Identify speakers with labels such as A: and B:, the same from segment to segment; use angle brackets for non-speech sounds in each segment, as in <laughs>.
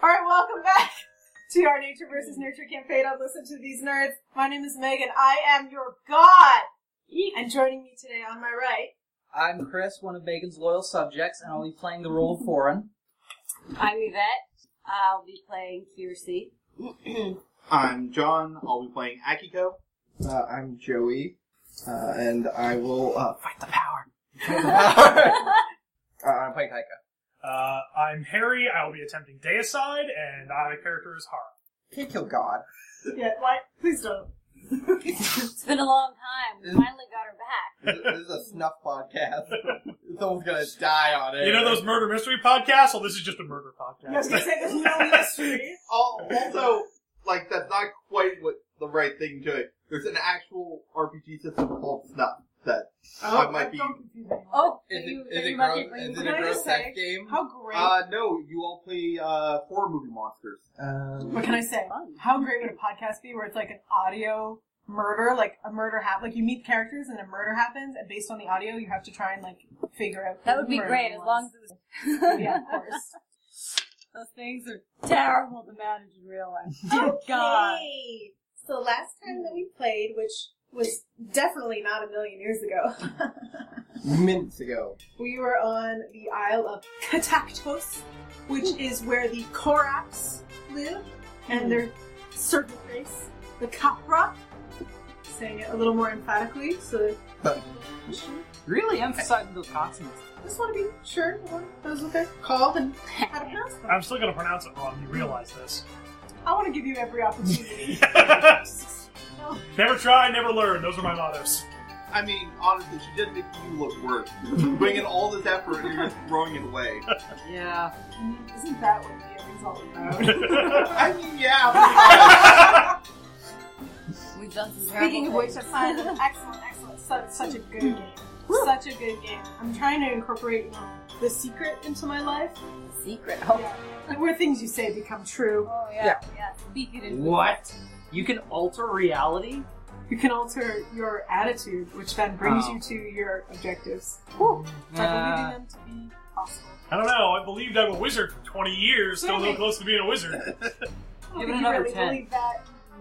A: welcome back <laughs> to our Nature versus Nurture campaign on Listen to These Nerds. My name is Megan. I am your god. And joining me today on my right,
B: I'm Chris, one of Megan's loyal subjects, and I'll be playing the role of Foreign.
C: I'm Yvette. I'll be playing Kiersey.
D: I'm John. I'll be playing Akiko.
E: Uh, I'm Joey, uh, and I will uh, fight the power. <laughs> Uh, I'm playing Taika.
F: Uh, I'm Harry. I will be attempting Deicide, and my character is Hara.
E: Can't kill God.
A: yeah, why? Please don't.
C: it's been a long time. We finally got her back.
E: This,
B: <laughs>
E: this is a snuff podcast. Someone's gonna die on it.
F: You know those murder mystery podcasts? Well, this is just a murder
A: I was
F: podcast.
A: going to say there's
D: <laughs>
A: no mystery.
D: Al- Oh, Also, like that's not quite what the right thing to it. There's an actual RPG system called Snuff that
A: Oh,
D: I might be.
A: Don't confuse anyone.
C: Oh, so
E: Is it,
C: you,
E: is it,
C: you
E: gross,
C: might
E: is
C: get
E: it
A: Can
E: a
A: I
E: gross
A: just
E: sex
A: say-
E: game?
A: How great.
D: Uh, no, you all play uh, horror movie monsters.
A: what <laughs>
E: Um,
A: can I say?
C: fun.
A: How great would a podcast be where it's like an audio murder, like a murder happen, like you meet characters and a murder happens, and based on the audio, you have to try and like figure out.
C: That
A: who
C: would be
A: the murderer
C: great as
A: was.
C: long as it
A: <laughs>
C: was. <laughs>
A: Yeah, of course.
C: Those things are terrible to manage in real life. Dear God.
A: Okay. So last time that we played, which was definitely not a million years ago, <laughs>
E: minutes ago.
A: we were on the Isle of Katactos, which is where the Koraks live
C: Hmm.
A: and their serpent race, the Capra. Saying it a little more emphatically, so
E: But-
B: Really emphasizing those consonants.
A: just want to be sure that was what they're called and how to pronounce
F: <laughs>
A: them.
F: <laughs> I'm still gonna pronounce it wrong. You realize this?
A: I want to give you every opportunity.
F: never try, never learn. Those are my mottos. <laughs>
D: I mean, honestly, she did make you look worse. You're putting in all this effort and you're just throwing it away.
B: Yeah.
A: Isn't that what the end result about?
D: I mean, yeah.
C: We've done some terrible
A: Speaking of which,
C: things.
A: that's <laughs> fine. excellent, excellent. Such, such a good game. Such a good game. I'm trying to incorporate you know, the secret into my life.
C: secret. Oh,
A: Yeah. Where things you say become true.
C: oh yeah. Yeah. Speak it into
B: What? You can alter reality?
A: You can alter your attitude, which then brings
B: Oh.
A: you to your objectives. By believing
B: Uh,
A: them to be possible.
F: I don't know. I believed I'm a wizard for 20 years. Still
A: Really?
F: no close to being a wizard.
A: I don't
B: Give
A: think
B: it
A: you
B: another
A: really
B: 10.
A: believe that.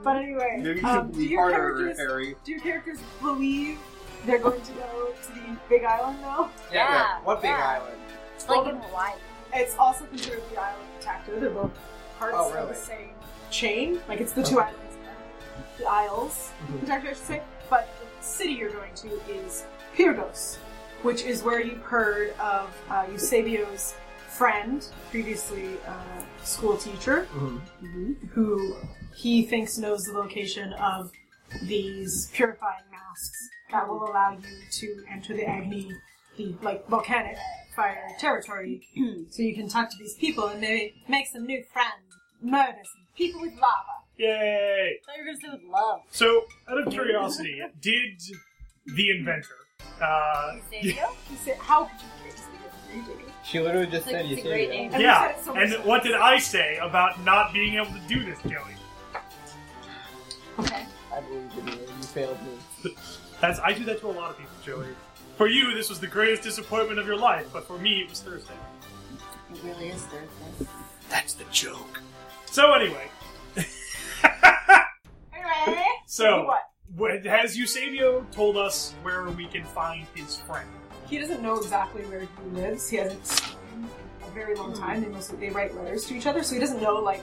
A: But anyway,
D: Maybe you should
A: um, do
D: believe
A: your
D: harder,
A: characters
D: Harry.
A: do your characters believe they're going to go to the Big Island though?
C: Yeah,
E: What big
C: yeah.
E: island?
C: It's like in Hawaii.
A: It's also considered the island of Tacto. They're both parts
E: Oh,
A: of
E: really?
A: the same chain. Like it's the two islands, the isles.
E: Mm-hmm.
A: of Tacto, I should say. But the city you're going to is Pyrgos, which is where you've heard of uh, Eusebio's friend, previously uh, school teacher,
E: Mm-hmm.
A: Mm-hmm. who he thinks knows the location of these purifying masks that will allow you to enter the Agni, the like volcanic fire territory, so you can talk to these people and maybe make some new friends, murder some people with lava.
F: Yay!
C: I thought you were going to say with love.
F: So, out of curiosity, did the inventor? Uh,
C: Eusebio?
A: He said, "How could you say this? You did it."
E: She literally
C: It's
E: just
C: like-
E: said you
C: it's a great
E: said
C: name.
A: And we
F: yeah.
A: said it so many
F: And
A: times.
F: what did I say about not being able to do this, Joey?
C: Okay.
E: I believe in you. You failed me.
F: That's I do that to a lot of people, Joey. For you, this was the greatest disappointment of your life, but for me, it was Thursday.
C: It really is Thursday.
E: That's the joke.
F: So anyway,
A: Anyway,
F: So-
A: what?
F: what- has Eusebio told us where we can find his friend?
A: He doesn't know exactly where he lives. He hasn't seen a very long time. They mostly they write letters to each other, so he doesn't know like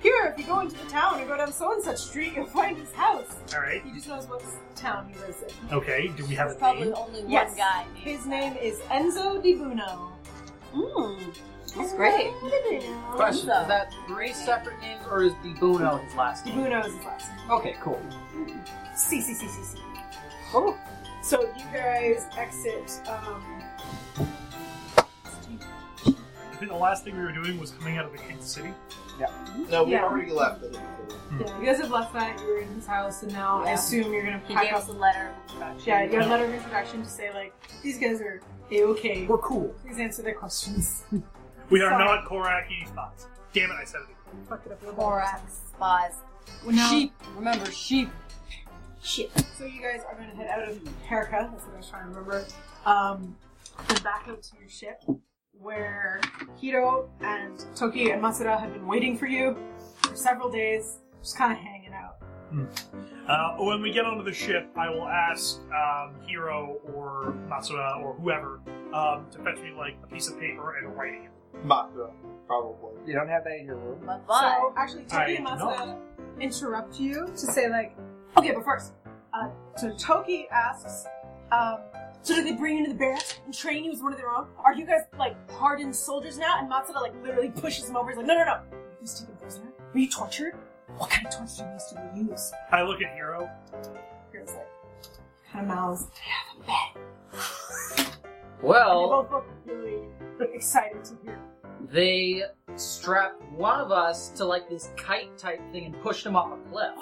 A: here if you go into the town and go down so and such street, you'll find his house.
F: All right.
A: He just knows what town he lives in.
F: Okay. Do we have
C: There's
F: a
C: probably
F: name?
C: only one
A: Yes.
C: guy.
A: His name is Enzo Di Buno.
C: Mm, that's great.
B: question.
C: So-
B: Is that three separate names or is Dibuno his last
A: Di
B: name?
A: Buno is his last name.
B: Okay, cool.
A: C C C C C.
B: Oh.
A: So you guys exit. Um,
F: I think the last thing we were doing was coming out of the Kansas City.
D: No, we
A: Yeah.
D: already left.
A: yeah, you guys have left that. You were in his house, and now I
C: Yeah.
A: assume you're gonna
C: He
A: pack
C: gave
A: up.
C: us a letter of introduction.
A: Yeah, you got a letter of introduction to say like these guys are a okay.
B: We're cool.
A: Please answer their questions.
F: We are
A: Sorry.
F: not Koraki spots. Damn it! I said it. again.
A: Fuck it up a little bit.
C: Borax, spas. sheep. Remember, sheep. Shit.
A: So you guys are going to head out of Herka, that's what I was trying to remember, um, and back out to your ship, where Hiro and Toki and Matsuda have been waiting for you for several days, just kind of hanging out.
F: Uh, when we get onto the ship, I will ask um, Hiro or Matsuda or whoever um, to fetch me like a piece of paper and writing it.
D: Matra, probably.
E: You don't have that in your room.
C: But
A: So actually, Toki
F: I
A: and
F: do
A: Matsuda interrupt you to say like, okay, but first, uh, so Toki asks, um, so did they bring you into the barracks and train you as one of their own? Are you guys like hardened soldiers now? And Matsuda like literally pushes him over. He's like, no, no, no. He was taken prisoner. Were you tortured? What kind of torture techniques did you use?
F: I look at Hiro.
A: Hero's like, kind of mouths. And they
B: Well,
A: both look really excited to hear.
B: they strapped one of us to like this kite type thing and pushed him off a cliff.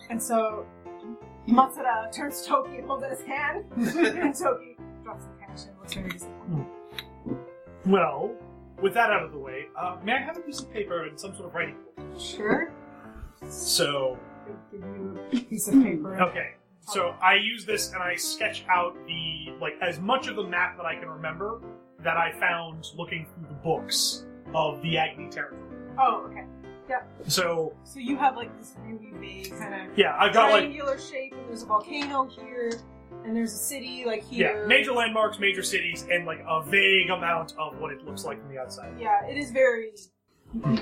A: <gasps> and so Matsuda turns to Toki and holds out his
F: <laughs>
A: hand, and Toki drops the cash and looks very disappointed.
F: Hmm. Well, with that out of the way, uh, may I have a piece of paper and some sort of writing? book?
A: Sure.
F: So,
A: I'll Give you a piece
F: Hmm.
A: of paper.
F: okay. So I use this and I sketch out the like as much of the map that I can remember that I found looking through the books of the Agni territory.
A: Oh, okay.
F: So
A: So you have like this really vague kind of
F: yeah, I've got like
A: triangular shape, and there's a volcano here, and there's a city like here.
F: Yeah, major landmarks, major cities, and like a vague amount of what it looks like from the outside.
A: Yeah, it is very.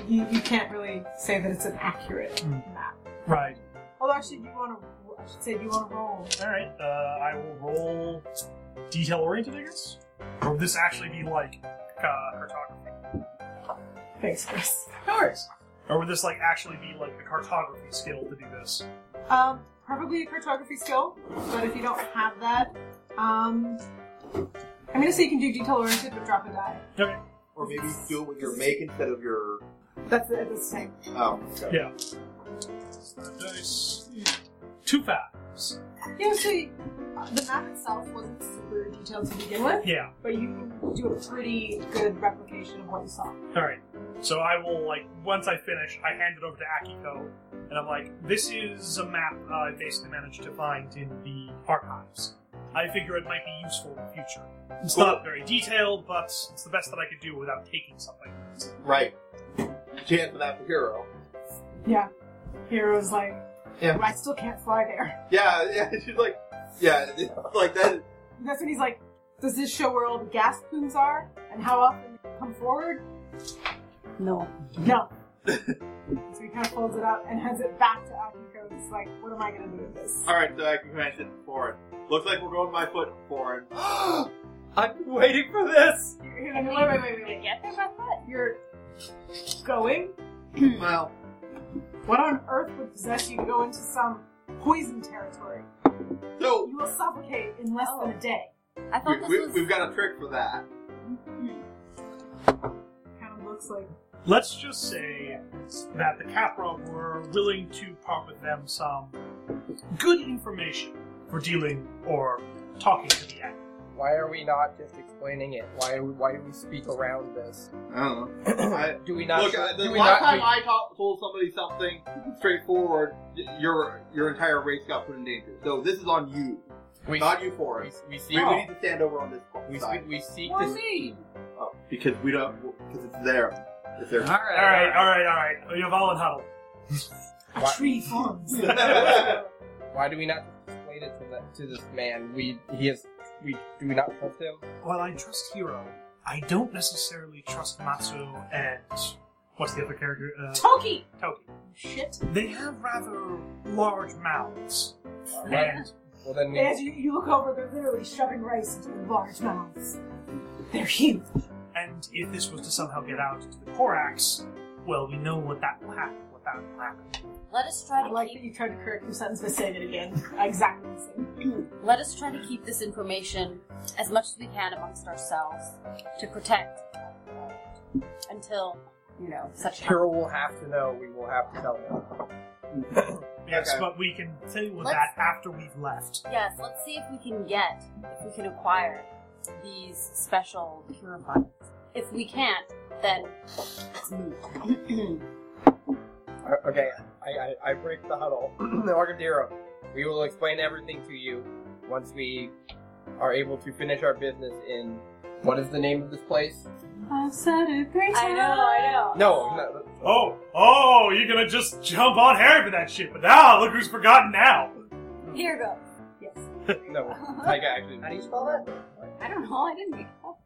A: You, you can't really say that it's an accurate
F: Hmm.
A: map.
F: Right.
A: Although actually, do you want to? I should say, do you want to roll?
F: All right. Uh, I will roll detail oriented, I guess. Or would this actually be like uh, cartography?
A: Thanks, Chris.
F: No worries. Or would this like actually be like a cartography skill to do this?
A: Um, probably a cartography skill, but if you don't have that, um, I'm gonna say you can do detail oriented, but drop a die.
F: Okay.
D: Or maybe do it with your make instead of your.
A: That's it at this time.
D: Oh, okay.
F: Yeah. Dice. Two fives.
A: Yeah, so you- uh, the map itself wasn't super detailed to begin with,
F: Yeah.
A: but you do a pretty good replication of what you saw.
F: All right. So I will like once I finish, I hand it over to Akiko, and I'm like, "This is a map uh, I basically managed to find in the archives. I figure it might be useful in the future. It's not very detailed, but it's the best that I could do without taking something."
D: Right. Chance for that for hero.
A: Yeah. Hero's like,
D: Yeah.
A: "Well, I still can't fly there.
D: Yeah, <laughs> yeah, she's like, yeah, <laughs> it's like that.
A: That's when he's like, does this show where all the gas plumes are and how often they come forward?
C: No.
A: No. so he kind of folds it up and hands it back to Akiko. He's like, what am I gonna do with this?
D: Alright, so I can mention foreign. Looks like we're going by foot foreign.
B: I've been waiting for this.
A: You're, you're gonna, wait, wait, wait,
C: Did
A: wait.
C: it get there by foot?
A: You're going?
C: Hmm.
D: well,
A: What on earth would possess you to go into some poison territory?
D: so
A: You will suffocate in less than a day.
C: I
D: we,
C: thought this
D: we,
C: was.
D: we've got a trick for that.
A: Kind of looks like
F: Let's just say that the Capra were willing to part with them some good information for dealing or talking to the act.
E: Why are we not just explaining it? Why are we, why do we speak around this?
D: I don't know. I,
E: <clears throat> Do we not?
D: Look,
E: show-
D: uh, the
E: do we
D: last
E: not-
D: time I taught, told somebody something straightforward, y- your your entire race got put in danger. So this is on you,
E: we,
D: not you for
E: we,
D: us.
E: we seek.
D: We, we need to stand over on this
E: we,
D: side
E: seek- we seek
B: Why
E: this.
B: me?
D: oh, because we don't because it's there. It's
B: All
D: there.
B: right.
F: All right, all right, all right. You've all in huddle.
A: a
E: What?
A: tree forms.
E: Why do we not explain it to, the, to this man? We he has. We do we not trust him?
F: While I trust Hiro, I don't necessarily trust Matsu and what's the other character? Uh,
A: Toki!
F: Toki.
A: Shit.
F: They have rather large mouths,
E: Right.
F: and
E: Well then,
A: As
E: we,
A: you, you look over, they're literally shoving rice into their large mouths. They're huge.
F: and if this was to somehow get out to the Korax, well, we know what that will happen. What that will happen.
C: Let us
A: I
C: try to
A: like
C: keep.
A: that you tried to correct your sentence by saying it again. Exactly the same.
C: Let us try to keep this information as much as we can amongst ourselves to protect until you know such time.
E: Carol will have to know. We will have to tell him.
F: Yes,
D: Okay.
F: but we can deal with
C: Let's-
F: that after we've left.
C: Yes, let's see if we can get, if we can acquire these special purifiers. If we can't, then let's <clears throat> move.
E: Uh, Okay, I, I, I break the huddle. <clears throat> the Ark of Dero. We will explain everything to you once we are able to finish our business in what is the name of this place?
A: I've said it three times.
C: I know, I know.
E: No, no.
F: Oh, oh, you're gonna just jump on Harry for that shit, but now look who's forgotten now.
C: Here goes. Yes.
B: <laughs>
E: No, like actually.
B: How do you spell that?
C: I don't know. I didn't make it up.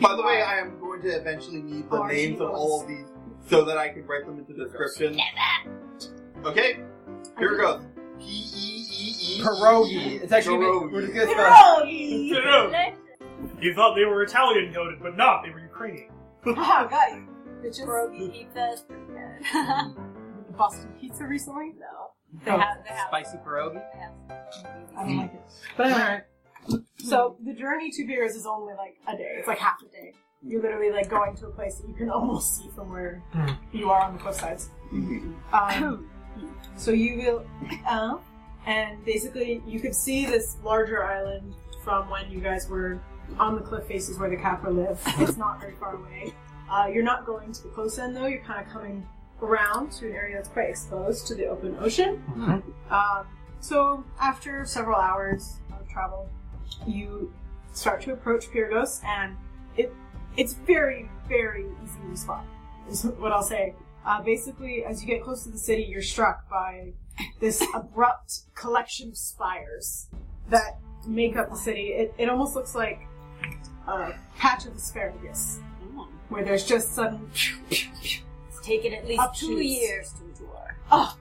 D: By the way, I am going to eventually need the
A: Or
D: names
A: she
D: of all
A: was.
D: of these so that I can write them into the description. Okay, here it goes. P E E E.
E: Pierogi. It's actually
D: Pierogi.
E: we're
B: <laughs>
E: just gonna
A: <laughs>
E: spell.
A: Pierogi!
D: Oh.
F: <laughs> You thought they were Italian coded, but not. They were Ukrainian.
A: Ah, got you. Bitches.
C: Pierogi pizza is pretty <laughs> good.
A: Boston pizza recently?
C: no. Oh. They have, they have.
E: Spicy pierogi.
C: They have.
A: I don't like it. But anyway. So the journey to Beers is only like a day. It's like half a day. You're literally like going to a place that you can <laughs> almost see from where
F: Hmm.
A: you are on the cliff sides. Um, so you will, uh, and basically you could see this larger island from when you guys were on the cliff faces where the Kappa live. It's not very far away. Uh, you're not going to the close end though. You're kind of coming around to an area that's quite exposed to the open ocean. Um, so after several hours of travel, you start to approach Pyrgos, and it it's very very easy to spot. Is what I'll say. Uh, basically, as you get close to the city, you're struck by this abrupt collection of spires that make up the city. It, it almost looks like a patch of asparagus, where there's just sudden.
C: It's taken at least
A: Up to
C: two
A: its-
C: years to endure.
A: Oh,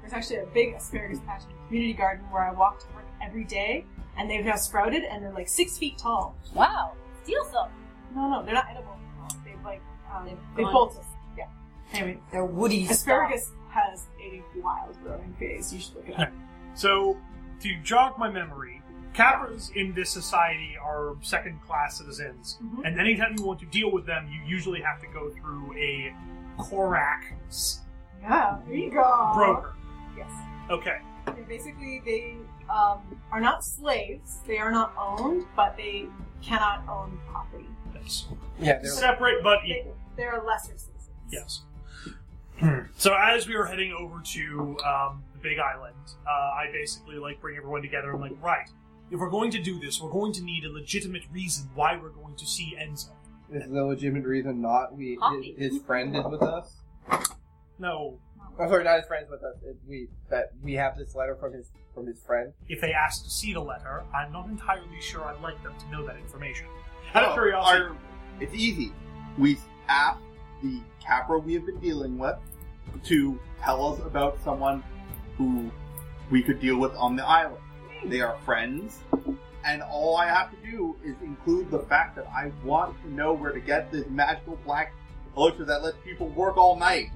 A: There's actually a big asparagus patch in the community garden where I walk to work every day, and they've now sprouted, and they're like six feet tall.
C: Wow. Steal some.
A: No, no, they're not edible. They've like um,
C: They've
A: they
C: gone-
A: bolted. Yeah. Anyway,
C: They're woody.
A: asparagus has a wild growing phase. You should look it up.
F: So, to jog my memory, Capras in this society are second class citizens,
A: Mhm.
F: and anytime you want to deal with them, you usually have to go through a Korak s-
A: Yeah, there you go.
F: broker.
A: Yes.
F: Okay.
A: And basically, they um, are not slaves. They are not owned, but they cannot own property.
F: That's
E: Yeah, they're
F: separate but
A: They,
F: equal.
A: they're lesser citizens.
F: Yes. so as we were heading over to um, the Big Island, uh, I basically like bring everyone together. I'm like, right, if we're going to do this, we're going to need a legitimate reason why we're going to see Enzo.
E: This is the legitimate reason not we
C: Coffee.
E: his, his friend is with us.
F: No,
E: Oh, sorry, not his friend's with us. It, we that we have this letter from his from his friend.
F: if they ask to see the letter, I'm not entirely sure I'd like them to know that information. Out
D: Oh,
F: of curiosity,
D: our- it's easy. We ask the capra we have been dealing with to tell us about someone who we could deal with on the island.
F: Hmm.
D: They are friends, and all I have to do is include the fact that I want to know where to get this magical black elixir that lets people work all night.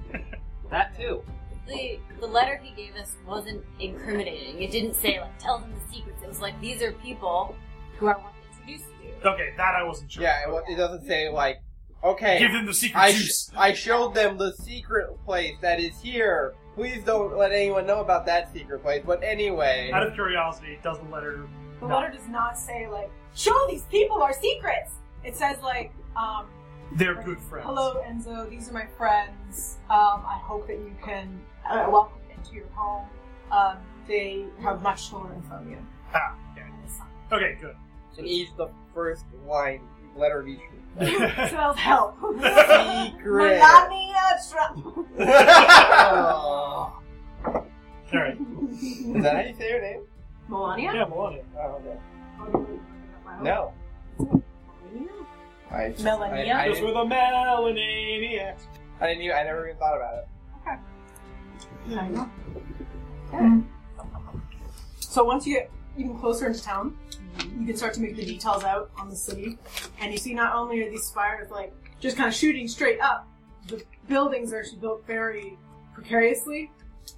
B: That <laughs> too.
C: The, the letter he gave us wasn't incriminating. It didn't say, like, tell them the secrets. It was like, these are people who I want to introduce you to.
F: okay, that I wasn't sure.
E: Yeah, it, wa- it doesn't say like,
F: Give
E: okay,
F: them the secret
E: I sh-
F: juice.
E: I showed them the secret place that is here. Please don't let anyone know about that secret place. But anyway,
F: Out of curiosity, does the letter?
A: The
F: No.
A: letter does not say like, "Show these people our secrets." It says like, um,
F: They're good friends.
A: Hello, Enzo. These are my friends. Um, I hope that you can uh, welcome them into your home. Um, they have much to learn from you.
F: Ah, Okay, good. <laughs>
E: and he's the first line letter of each
F: <laughs>
A: <laughs> so that'll help. <laughs>
E: secret.
A: Melania Trump.
E: Oh.
F: All right.
E: Is that how you say your name?
A: Melania?
F: Yeah, Melania.
E: Oh, okay.
A: Melania?
E: No, I
A: Melania?
E: I- I-
F: Those were the melananiacs.
E: I didn't. Even, I never even thought about it.
A: Okay. So once you get even closer into town, you can start to make the details out on the city, and you see not only are these spires like just kind of shooting straight up, the buildings are actually built very precariously,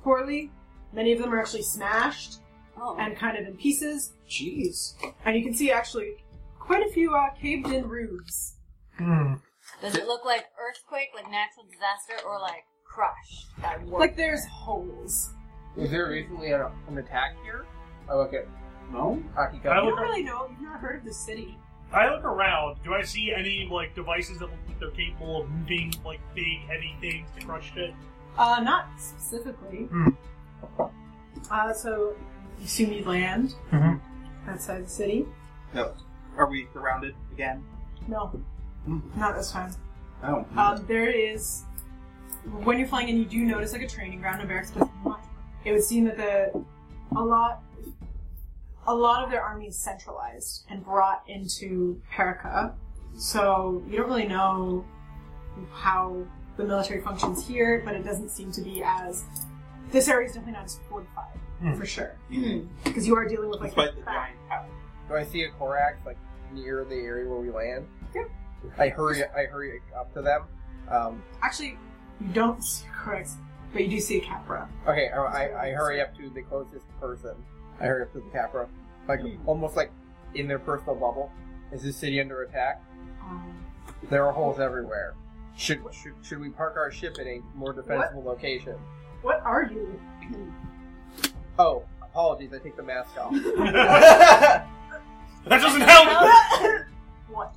A: poorly. Many of them are actually smashed
C: Oh.
A: and kind of in pieces,
B: Jeez.
A: and you can see actually quite a few uh, caved-in roofs.
F: Hmm.
C: Does it look like earthquake, like natural disaster, or like crush? That warped
A: Like there's holes.
E: Was there recently an, an attack here? I
B: Oh,
E: look at
D: No?
E: Akiko.
F: I
A: You
F: look,
A: don't really know. You've never heard of this city.
F: I look around. Do I see any like devices that look like they're capable of moving like big, heavy things to crush it?
A: Uh, not specifically.
F: Hmm.
A: Uh, so, you assume you land
F: Mhm.
A: outside the city?
D: No. Are we surrounded again?
A: No, not this time.
D: Oh.
A: Um, there is when you're flying in, you do notice like a training ground and barracks, but it's not- it would seem that the a lot a lot of their army is centralized and brought into Perica. So you don't really know how the military functions here, but it doesn't seem to be as this area is definitely not as fortified
F: Hmm.
A: for sure because you are dealing with like
D: Despite the
A: crap.
D: giant tower.
E: Do I see a Korak like near the area where we land?
A: Yeah.
E: I hurry. I hurry up to them. Um,
A: Actually, you don't see a Corex, but you do see a Capra.
E: okay, I, I, I hurry up to the closest person. I hurry up to the Capra, like almost like in their personal bubble. Is this city under attack?
A: Um,
E: There are holes everywhere. Should should, should we park our ship in a more defensible location?
A: what are you?
E: Oh, apologies. I take the mask
F: <laughs>
E: off.
F: that doesn't help.
A: What?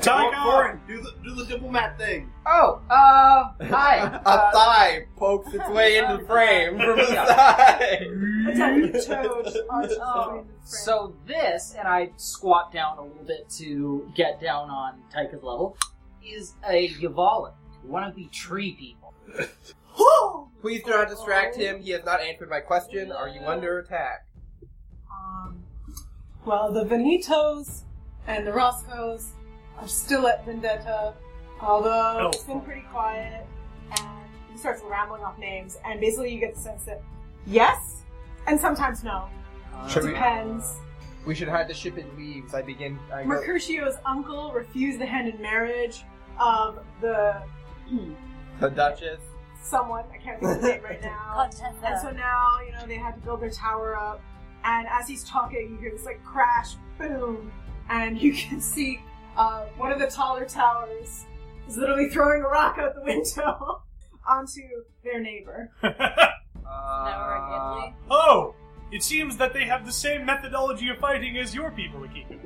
F: Tiger!
D: Go for it. Do the, do the diplomat thing.
B: Oh, uh, hi.
E: <laughs> a
B: Uh,
E: thigh pokes its way into the frame from the side.
A: Attacking toad on
B: Oh,
A: oh,
B: so this, and I squat down a little bit to get down on Taika's level, is a Yavali, one of the tree people.
E: Please do not distract him. He has not answered my question. Are you under attack?
A: um, well, the Venitos and the Roscos are still at Vendetta, although
F: Oh.
A: it's been pretty quiet. And he starts rambling off names, and basically you get the sense that yes, and sometimes no.
B: Uh,
E: Should we-
A: Depends.
E: We should hide the ship in leaves. I begin. I go,
A: Mercutio's uncle refused the hand in marriage of the
E: the Duchess.
A: someone I can't think of the name right now. And so now, you know, they had to build their tower up. And as he's talking, you hear this like crash, boom, and you <laughs> can see uh, one of the taller towers is literally throwing a rock out the window <laughs> onto their neighbor.
F: <laughs>
E: Uh,
F: Oh, it seems that they have the same methodology of fighting as your people, Akiko.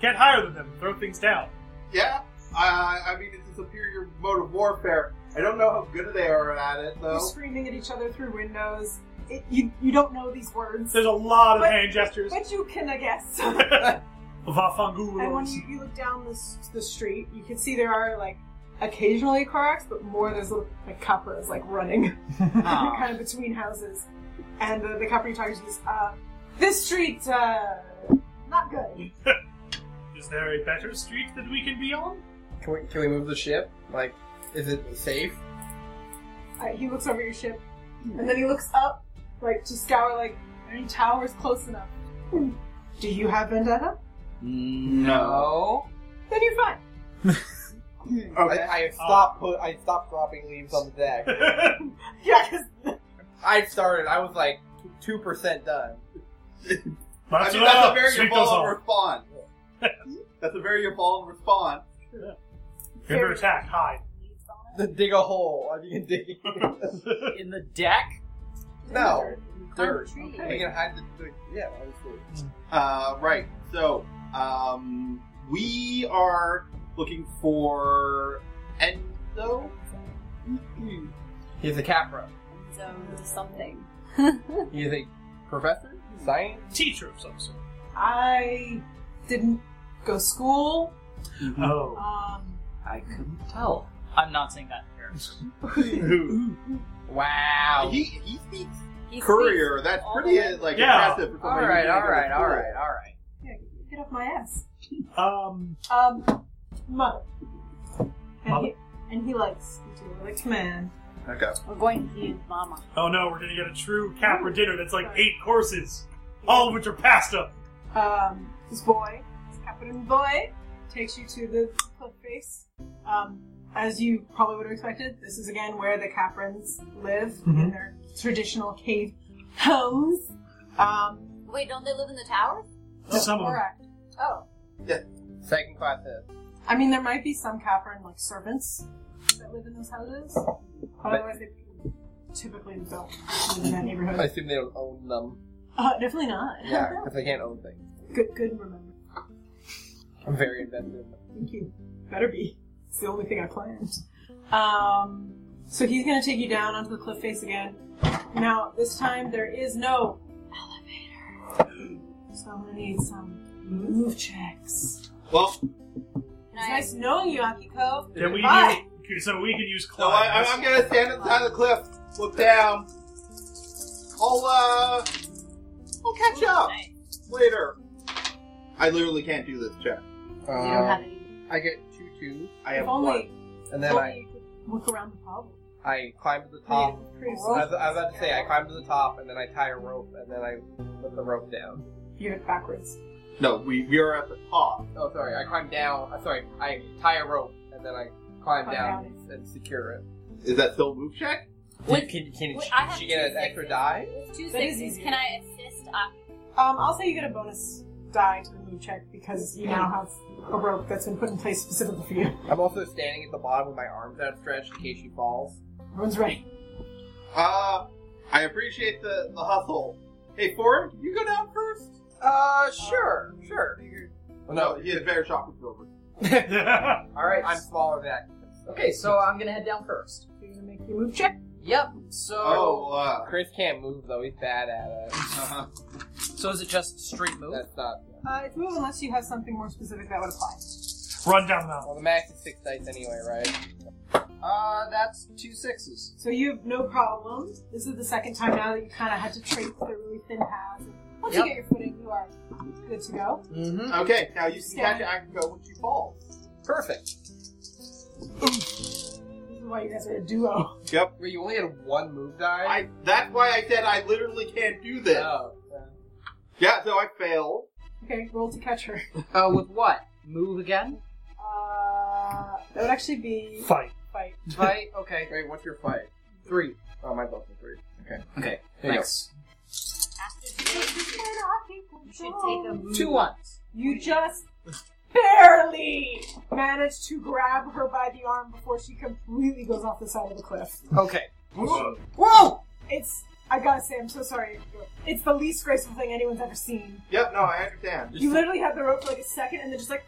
F: Get higher than them, throw things down.
D: Yeah. I, I mean, it's a superior mode of warfare. I don't know how good they are at it,
A: They're
D: though.
A: screaming at each other through windows. It, you, you don't know these words,
F: There's a lot of
A: But-
F: hand gestures.
A: but you can, I guess. <laughs>
F: <laughs>
A: And when
F: Vafangulos.
A: you, you look down this the street, you can see there are like occasionally cracks, but more there's little, like capras like running <laughs>
B: Uh,
A: kind of between houses. And the, the capra you talk to is, uh, this street, uh, not good.
F: Is there a better street that we can be on? <laughs>
E: can we can we move the ship? Like, is it safe?
A: Uh, he looks over your ship, and then he looks up, like to scour, like are any towers close enough. Hmm. Do you have vendetta?
E: No.
A: Then you're fine. <laughs>
E: I,
D: Okay.
E: I stopped put. I stopped dropping leaves on the deck.
A: Yeah, 'cause
E: <laughs> I started. I was like two percent done. <laughs>
D: I
F: Matsuda,
D: mean, that's a very
F: sweep those
D: Yvonne
F: off.
D: response. <laughs> that's a very Yvonne response.
F: Under attack, hide.
E: To dig a hole. I <laughs> begin digging.
B: in the deck?
E: no.
C: Dirt.
E: Dirt. We can hide the. Yeah, obviously.
D: Uh, right. So, um, we are looking for <clears throat> Enzo.
E: He's a Capra.
C: So something.
E: He's a professor. Science.
F: <laughs> Teacher of some sort.
A: I didn't go school.
D: Hmm.
F: Oh.
A: Um,
B: I couldn't tell. I'm not saying that here.
E: Wow.
D: Uh, He he speaks
C: He
D: courier. That's
C: all
D: pretty
C: the way.
D: uh, like
F: Yeah.
D: impressive for
E: all
D: somebody.
E: right.
D: who
E: All
D: didn't go to
E: right. All
D: school.
E: right. All right.
A: yeah, get off my ass.
F: Um,
A: Um, mother. And
F: Mother?
A: He, and he likes you too. Like man.
D: Okay.
C: We're going to use Mama.
F: oh no, we're gonna get a true Capra dinner that's like eight courses, all of which are pasta.
A: Um, this boy, this Captain boy, takes you to the cliff face. Um, as you probably would have expected, this is again where the Caprins live in
F: Mhm.
A: their traditional cave homes. Um,
C: Wait, don't they live in the tower?
F: Some of them.
A: correct.
C: Oh.
E: Second class. is-
A: I mean, there might be some Caprin like servants that live in those houses, but otherwise they typically don't live in that
E: I
A: neighborhood.
E: assume they don't own them.
A: Uh, definitely not.
E: Yeah, because they can't own things.
A: <laughs> Good, good remember.
E: I'm very invested. in them.
A: Thank you. Better be. It's the only thing I planned. Um, so he's gonna take you down onto the cliff face again. Now, this time there is no elevator. So I'm gonna need some move checks.
D: Well,
A: It's nice knowing you, Akiko.
F: Then we
A: Bye.
F: use, so we can use
D: So
F: Clyde.
D: I, I, I'm gonna stand at the side of the cliff, look down. I'll uh, I'll catch up later. I literally can't do this check.
C: You don't have
E: Um,
C: any.
E: I get two two,
D: I
A: If
D: have
A: only,
D: one.
E: and
A: if
E: then
A: only
E: I
A: you could look around the pub.
E: I climb to the top.
A: Pretty
E: Um, I was, I was about to say I climb to the top, and then I tie a rope, and then I let the rope down.
A: You're backwards.
D: No, we we are at the top.
E: Oh, sorry, I climb down. Uh, sorry, I tie a rope, and then I climb
A: Climb down.
E: down and, and secure it.
D: Is that still a move check?
C: With-
E: can can
C: Wait,
E: she,
C: I have
E: she get
C: two
E: an extra
C: sixes.
E: die?
C: With two
A: That is
C: sixes,
A: easy.
C: can I assist? Aki?
A: Um, I'll say you get a bonus die to the move check because you now have a rope that's been put in place specifically for you.
E: I'm also standing at the bottom with my arms outstretched in case she falls.
A: Everyone's ready.
D: Uh, I appreciate the the hustle. Hey, Ford, can you go down first.
E: Uh, sure, sure. Well,
D: No,
E: Oh, no.
D: yeah, the bear shock was over.
E: All right, I'm smaller than that.
B: Okay, so I'm gonna head down first.
A: You're gonna make your move check.
B: Yep. So
D: Oh, uh,
E: Chris can't move though; he's bad at it.
D: uh-huh.
B: so is it just straight move?
E: That's not.
A: Uh, it's move unless you have something more specific that would apply.
F: <laughs> Run down now.
E: Well, the max is six dice anyway, right?
B: Uh, that's two sixes.
A: So you have no problem. This is the second time now that you kind of had to trace the really thin paths. Once
B: Yep.
A: you get your footing, you are good to go.
B: Mm-hmm.
D: okay. Now you can catch Akiko when she falls.
E: Perfect.
A: This is why you guys are a duo.
E: Wait, you only had one move die.
D: I. That's why I said I literally can't do this.
E: Oh.
D: Yeah, so I failed.
A: Okay, roll to catch her.
B: Uh, with what? Move again?
A: Uh, that would actually be
F: Fight.
A: fight.
B: Fight? Okay.
E: Wait, what's your fight?
B: Three.
E: Oh, mine's also three.
B: Okay.
E: There you
B: Thanks.
C: After today, you should take a move.
B: Two ones.
A: You just barely managed to grab her by the arm before she completely goes off the side of the cliff.
B: Okay.
F: Whoa.
B: Whoa!
A: It's I gotta say, I'm so sorry. It's the least graceful thing anyone's ever seen.
D: Yep, no, I understand.
A: You literally had the rope for like a second, and then just like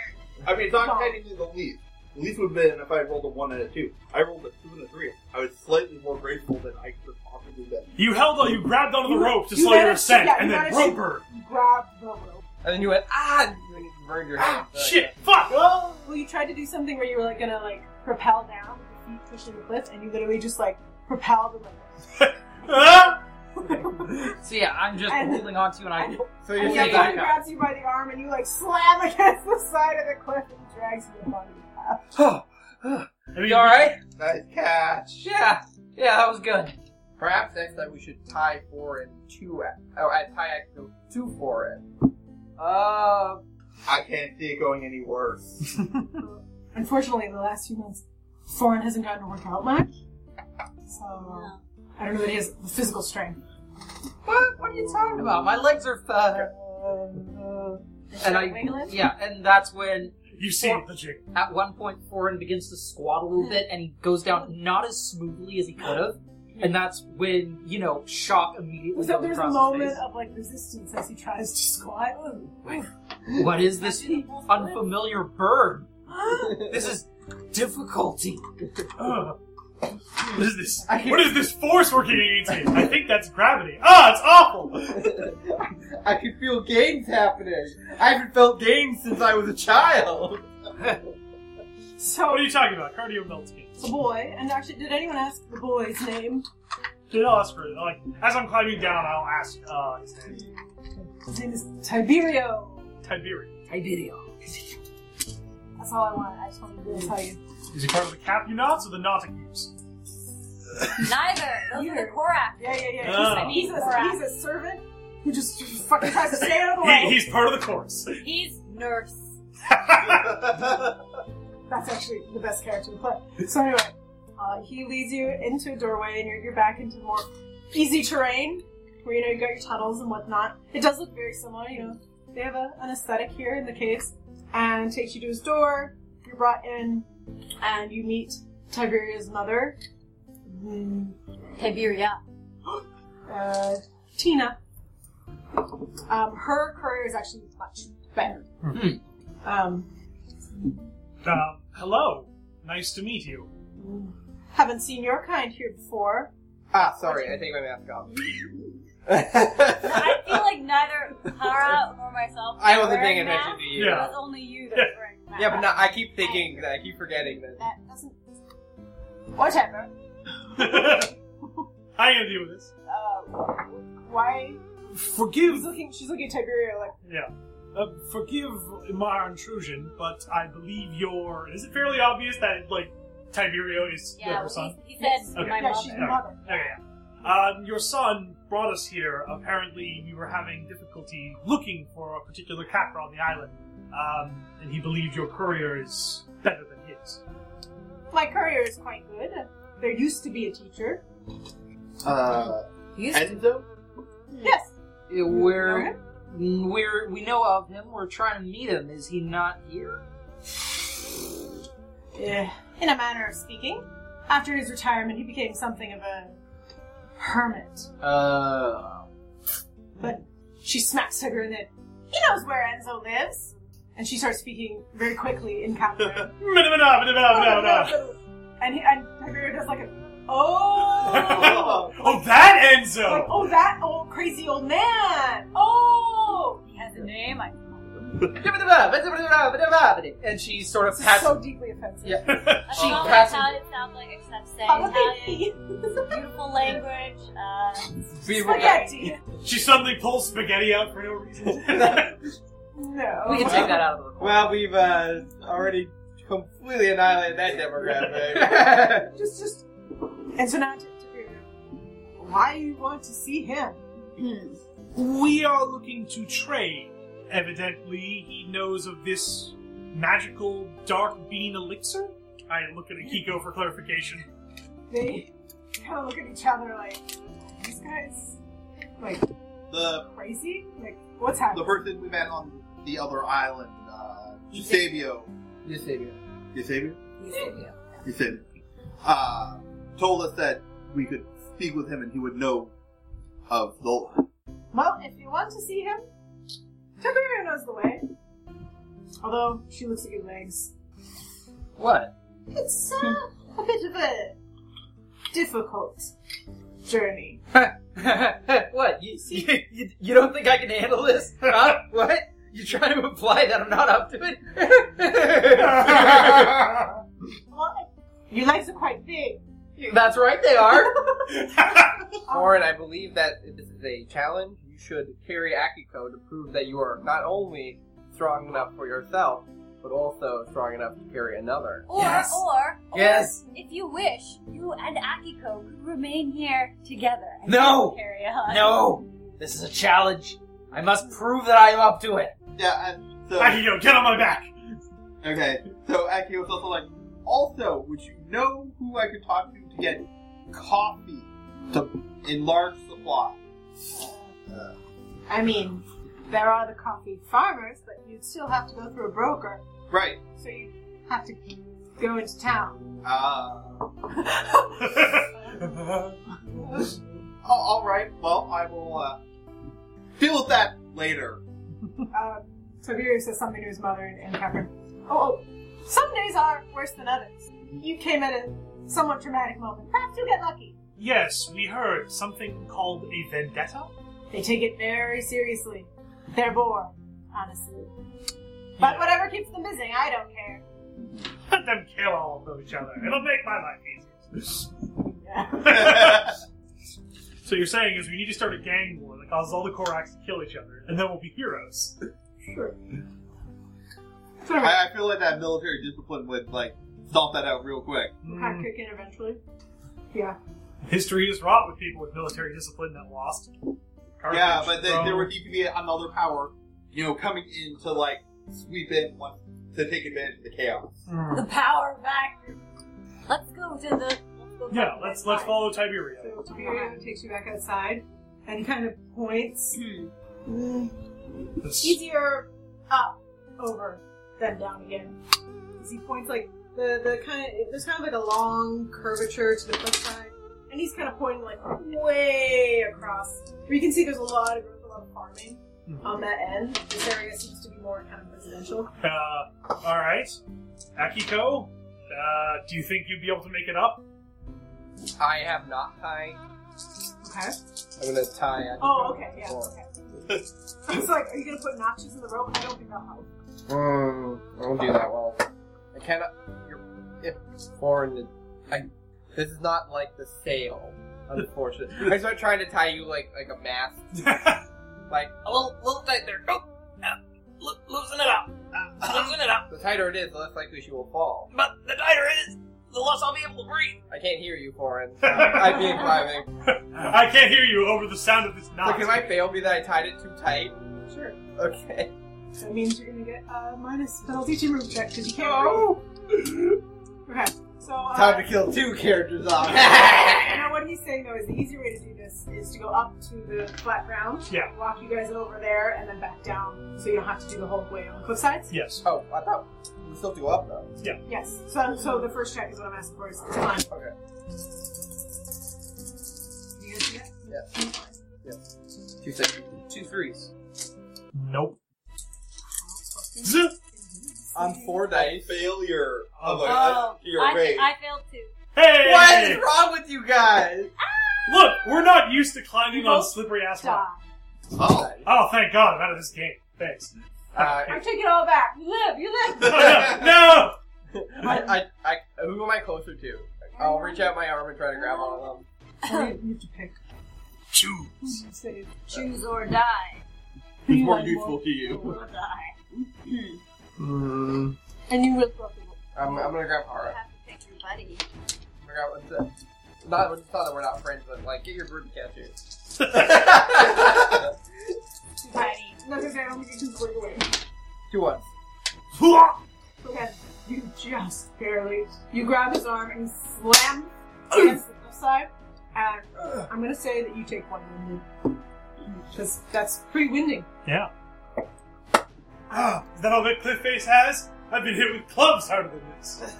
A: <laughs>
D: I mean, it's not
A: Stop.
D: technically the least. The least would have been if I had rolled a 1 and a 2. I rolled a 2 and a 3. I was slightly more grateful than I could have possibly been.
F: You held on, you grabbed onto the
A: You-
F: rope to
A: you
F: slow your
A: managed-
F: ascent,
A: yeah,
F: and
A: you
F: then
A: managed to-
F: rope her.
A: grabbed the rope.
E: And then you went ah, and you burned your hand.
F: Ah, Shit, fuck!
A: Well, you tried to do something where you were like gonna like propel down with your feet pushing the cliff, and you literally just like propelled the rope.
F: Ah!
B: So yeah, I'm just
A: And-
B: holding on to you and I.
A: and-
E: So
A: And
E: you're
A: the other one
E: saying
B: back up.
A: grabs you by the arm, and you like slam <laughs> against the side of the cliff and drags you along.
F: I mean,
E: you all right?
D: Nice catch.
B: <laughs> Yeah! Yeah, that was good.
E: Perhaps next time we should tie four and two. At, oh, I tie at no, two four and.
B: Uh,
D: I can't see it going any
E: <laughs>
D: worse.
A: Unfortunately, in the last few months, Thorin hasn't gotten to work out much, so I don't know that he has the physical strength.
B: what? What are you talking about? My legs are. Uh,
A: uh,
B: and I.
C: wiggling?
B: Yeah, and that's when
F: you see the jig.
B: At one point, Thorin begins to squat a little bit, and he goes down not as smoothly as he could have. And that's when you know shock immediately
A: So
B: goes
A: there's a
B: across
A: moment
B: his
A: of like resistance as he tries to squat.
B: face. What is this unfamiliar bird?
A: <gasps>
B: This is difficulty.
F: Ugh. What is this? What is this force working against me? I think that's gravity. Ah, it's awful!
E: <laughs> I can feel games happening. I haven't felt games since I was a child.
A: so
F: What are you talking about? Cardio melts me.
A: the boy, and actually, did anyone ask the boy's name?
F: Dude, I'll ask for it. Like, as I'm climbing down, I'll ask, uh, his name.
A: His name is Tiberio.
F: Tiberius.
B: video.
A: That's all I want. I just wanted to tell you.
F: Is he part of the Capnauts or the Nauticus?
C: Neither. Those are the Korak.
A: Yeah, yeah, yeah.
F: Oh.
A: He's, a, he's, a, he's a servant who just fucking tries to stay out
F: <laughs>
A: of the way.
F: He, he's part of the chorus.
C: He's nurse.
A: That's actually the best character to play. So anyway, uh, he leads you into a doorway, and you're, you're back into more easy terrain, where you know you got your tunnels and whatnot. It does look very similar, you know. They have a, an aesthetic here in the caves, and takes you to his door. You're brought in, and you meet Tiberia's mother, mm,
C: Tiberia.
A: uh, Tina. Um, her career is actually much better.
B: Hmm.
A: Um,
F: <laughs> Um, hello. Nice to meet you. <laughs>
A: haven't seen your kind here before.
E: Ah, sorry, I take my mask <laughs> off.
C: I feel like neither Hara nor myself.
E: I
C: are
E: wasn't paying
C: wearing
E: attention
C: masks.
E: to you.
F: Yeah.
C: It was only you that was wearing
E: Yeah, but no, I keep thinking that I keep forgetting that.
C: That doesn't. Whatever.
F: I can deal with this.
A: Uh, why? She's
F: Forgive,
A: looking. She's looking at Tiberio like,
F: yeah, uh, forgive my intrusion, but I believe you're. Is it fairly obvious that like Tiberio is
C: Yeah,
F: your son?
C: well, he, he said
F: Okay.
C: my
A: yeah,
C: mother.
A: she's
F: Yeah.
A: mother.
F: Okay, yeah. Um, your son brought us here. Apparently, we were having difficulty looking for a particular capra on the island, um, and he believed your courier is better than his. <laughs>
A: My courier is quite good. There used to be a teacher.
D: <laughs>
E: <laughs>
D: Uh, Enzo?
A: Yes.
B: Uh, We're, we're, we know of him. We're trying to meet him. Is he not here?
A: Yeah. In a manner of speaking, after his retirement, he became something of a hermit.
B: Uh,
A: But she smacks her in the. He knows where Enzo lives, and she starts speaking very quickly in Capra.
F: Oh,
A: And he, and Tiberio does like a
F: <laughs>
A: oh,
F: that
A: like
F: Enzo!
A: oh that old crazy old man. Oh,
C: He has a name. I
E: And she sort of
A: this is
E: pats.
A: so deeply offensive.
E: Yeah.
C: I
E: She
C: don't know
E: passed-
C: how it sounds like except saying Italian.
A: Spaghetti.
C: Beautiful language. Uh,
E: we were-
A: Spaghetti.
F: <laughs> She suddenly pulls spaghetti out for no reason. <laughs>
A: No.
B: we can take that out of the recording.
E: Well, we've uh, already completely annihilated that demographic. <laughs>
A: Just, just. And so now, to, to, why you want to see him?
F: we are looking to trade. Evidently, he knows of this magical dark bean elixir. I look at Akiko for clarification.
A: They kind of look at each other like, these guys, like
D: The
A: crazy. Like, what's
D: the
A: happening?
D: person we met on the other island, uh, Eusebio.
E: Just save you.
D: Eusebio? Eusebio. Uh, told us that we could speak with him and he would know of the.
A: Well, if you want to see him, Tiberio knows the way. Although she looks at your legs,
B: What?
A: it's uh, a bit of a difficult journey.
E: <laughs>
B: what? You, you, <laughs> you, you don't think I can handle
E: <laughs>
B: this? Huh? What? You <laughs> trying to imply that I'm not up to it?
A: Well, your legs are quite big.
B: That's right, they
A: <laughs>
B: are.
E: Lauren, I believe that this is a challenge. You should carry Akiko to prove that you are not only strong enough for yourself, but also strong enough to carry another.
C: Or,
B: Yes.
C: or, or,
B: Yes.
C: if you wish, you and Akiko could remain here together. And
B: No.
C: Carry on.
B: No, this is a challenge. I must prove that I am up to it.
D: Yeah, and so.
F: Akiko, get on my back!
D: Okay, so Aki was also like, also, would you know who I could talk to to get coffee to, in large supply?
A: I mean, there are the coffee farmers, but you still have to go through a broker,
D: Right.
A: so you have to go into town.
D: Uh, a- Oh, all right. Well, I will uh, deal with that later.
A: Uh, Tiberius says something to his mother and, and Catherine. Oh, oh, some days are worse than others. You came at a somewhat dramatic moment. Perhaps you get lucky.
F: yes, we heard something called a vendetta. <laughs>
A: They take it very seriously. They're bored, honestly. But whatever keeps them busy, I don't care.
F: Let them kill all of each other. It'll make my life easier.
D: <laughs>
F: so you're saying is we need to start a gang war that causes all the Koraks to kill each other, and then we'll be heroes.
D: I, I feel like that military discipline would like stomp that out real quick.
A: Kind of kick in eventually. Yeah.
F: History is wrought with people with military discipline that lost.
D: yeah,
F: Carthage,
D: but then
F: Rome.
D: there would need to be another power, you know, coming in to like sweep in one, to take advantage of the chaos.
F: <laughs> Mm.
C: The power factor. Let's go to the. Let's go to
F: Yeah,
C: the
F: let's let's follow Tiberio.
A: So Tiberio takes you back outside and he kind of points. Mm,
F: That's-
A: easier up over than down again. 'Cause he points like the the kind of there's kind of like a long curvature to the cliff side, and he's kind of pointing like way across. Where you can see there's a lot of growth, a lot of farming
F: Mhm.
A: on that end. This area seems to be more kind of residential.
F: Uh, all right, Akiko. Uh, do you think you'd be able to make it up? <laughs>
E: I have not tied.
A: Okay.
E: I'm gonna tie Akiko.
A: Oh, okay, yeah.
E: Or-
A: Okay. I was like, are you gonna put notches in the rope? I don't think that'll help.
E: Mm, I don't do that well. I cannot. You're, if foreign, I. This is not like the sale,
B: <laughs>
E: unfortunately. I start trying to tie you like like a mask, like a little little tight there.
B: Oh,
E: Nope. Ah, lo- loosen it up.
B: Uh, <laughs>
E: Ah, loosen it up. The tighter it is, the less likely she will fall. But the tighter it is, the less I'll be able to breathe. I can't hear you, foreign. I'm being climbing.
F: I can't hear you over the sound of this
E: So
F: knot.
E: can my fail be that I tied it too tight? Sure. Okay.
A: So it means you're gonna get uh, minus penalty to move check because you can't. breathe. Okay. So uh,
E: Time to kill two characters off.
A: <laughs>
E: <laughs>
A: You know what he's saying though is the easier way to do this is to go up to the flat ground,
F: Yeah.
A: walk you guys over there, and then back down, so you don't have to do the whole way on the cliff sides.
F: yes.
E: oh, I thought we still do up though.
A: Yes. So, so the first check is what I'm asking for. Is is climb.
E: Okay.
A: You guys do that?
E: Two six, two threes.
F: Nope.
E: On four dice.
D: Failure of a
C: Oh,
D: to your
C: I,
D: raid.
C: I failed too.
F: Hey!
E: What is wrong with you guys?
F: Look, we're not used to climbing
A: You
F: on
A: both
F: slippery ass
A: Die.
F: rock.
D: Oh.
F: Oh, thank God, I'm out of this game. Thanks. <laughs>
E: Uh,
A: I take it all back. You live. You live.
F: Oh, no, no!
E: I, I, I, who am I closer to? I'll reach out my arm and try to grab all of them.
A: Oh, you have to pick.
F: Choose.
A: Save.
C: Choose or die.
D: Who's more useful to you? <laughs>
C: Will die.
E: Mm.
C: And you will probably
E: I'm, I'm gonna grab Hara.
C: have to pick your buddy.
E: I'm gonna grab what's that? Not, it's not that we're not friends, but like, get your brood catcher.
C: Buddy.
A: No, because I don't think you can break away.
E: Two ones. <laughs>
F: <laughs>
A: Okay. You just barely. You grab his arm and slam against the cliffside, and I'm gonna say that you take one winded. Because that's pretty winding.
F: Yeah. Ah, is that all that Cliff Face has? I've been hit with clubs harder than this.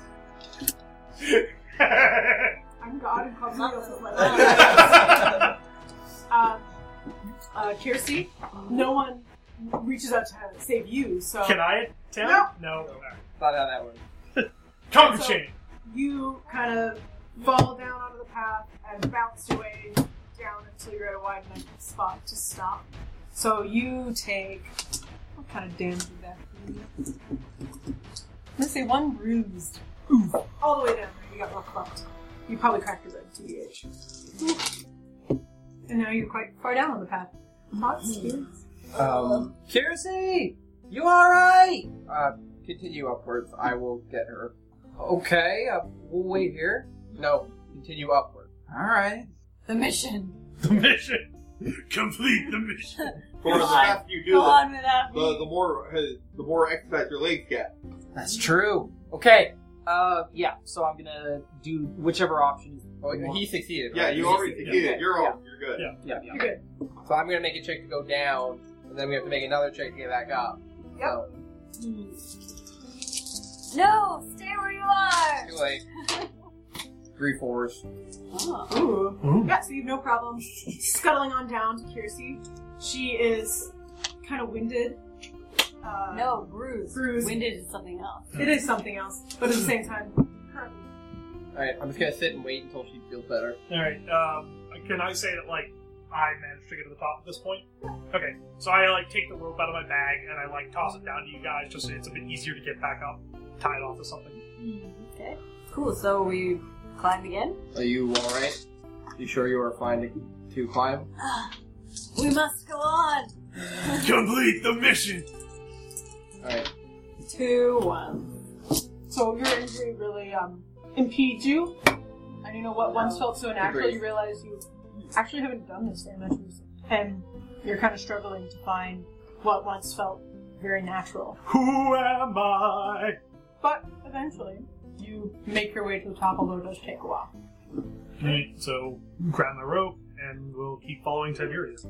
A: I'm God and clubs are also my life.
F: <laughs>
E: That's
A: Um, uh, Kiersey, no one reaches out to save you, so
F: <laughs> Can I attempt? No. no.
E: not how that works.
F: Conga
A: So-
F: chain.
A: you kind of fall down onto the path and bounce your way down until you're at a wide enough spot to stop. So you take. What kind of damage is that? for you? I'm gonna say one bruised. Oof. All the way down there, you got rough bumped. You probably cracked your rib, TBH. Oof. And now you're quite far down on the path. Thoughts, feelings?
E: Um, Kiersey, you alright? Uh, continue upwards. I will get her. Okay, uh, we'll wait here. No, continue upward.
B: Alright.
C: The mission.
F: The mission. Complete the mission.
D: For the
C: on.
D: faster you do
C: Go
D: it,
C: on without
D: the,
C: me.
D: the more uh, the more exercise your legs get.
B: That's true. Okay. Uh, yeah, so I'm gonna do whichever option.
E: Well, Oh, he succeeded.
D: Yeah,
E: right?
D: you
E: He
D: already
E: succeeded.
D: succeeded. You're
B: Yeah.
D: all, you're good.
F: Yeah.
B: Yeah, yeah.
A: You're good.
E: So I'm gonna make a check to go down, and then we have to make another check to get back up.
A: Yep.
E: So,
C: No, stay where you are.
E: too late. Three fours.
C: Oh.
A: Ooh.
F: Ooh.
A: Yeah, so you have no problem scuttling on down to Kiersey. She is kind of winded. Uh,
C: No, bruise.
A: Bruise.
C: Winded is something else.
A: It is something else, but at the same time, currently.
E: Alright, I'm just gonna sit and wait until she feels better.
F: All right. Um, can I say that like I managed to get to the top at this point? Okay. So I like take the rope out of my bag and I like toss it down to you guys, just so it's a bit easier to get back up, tie it off to something.
C: Okay. Cool. So we climb again.
E: Are you alright? You sure you are fine to, to climb?
C: We must go on.
F: Complete the mission.
E: Alright.
A: Two, one. So your injury really um, impedes you. And you know what? Once felt so natural,
E: Agreed.
A: you realize you actually haven't done this very much recently. And you're kind of struggling to find what once felt very natural.
F: Who am I?
A: But eventually, you make your way to the top, although it does take a while. <laughs>
F: Right. So grab my rope and we'll keep following Tiberius.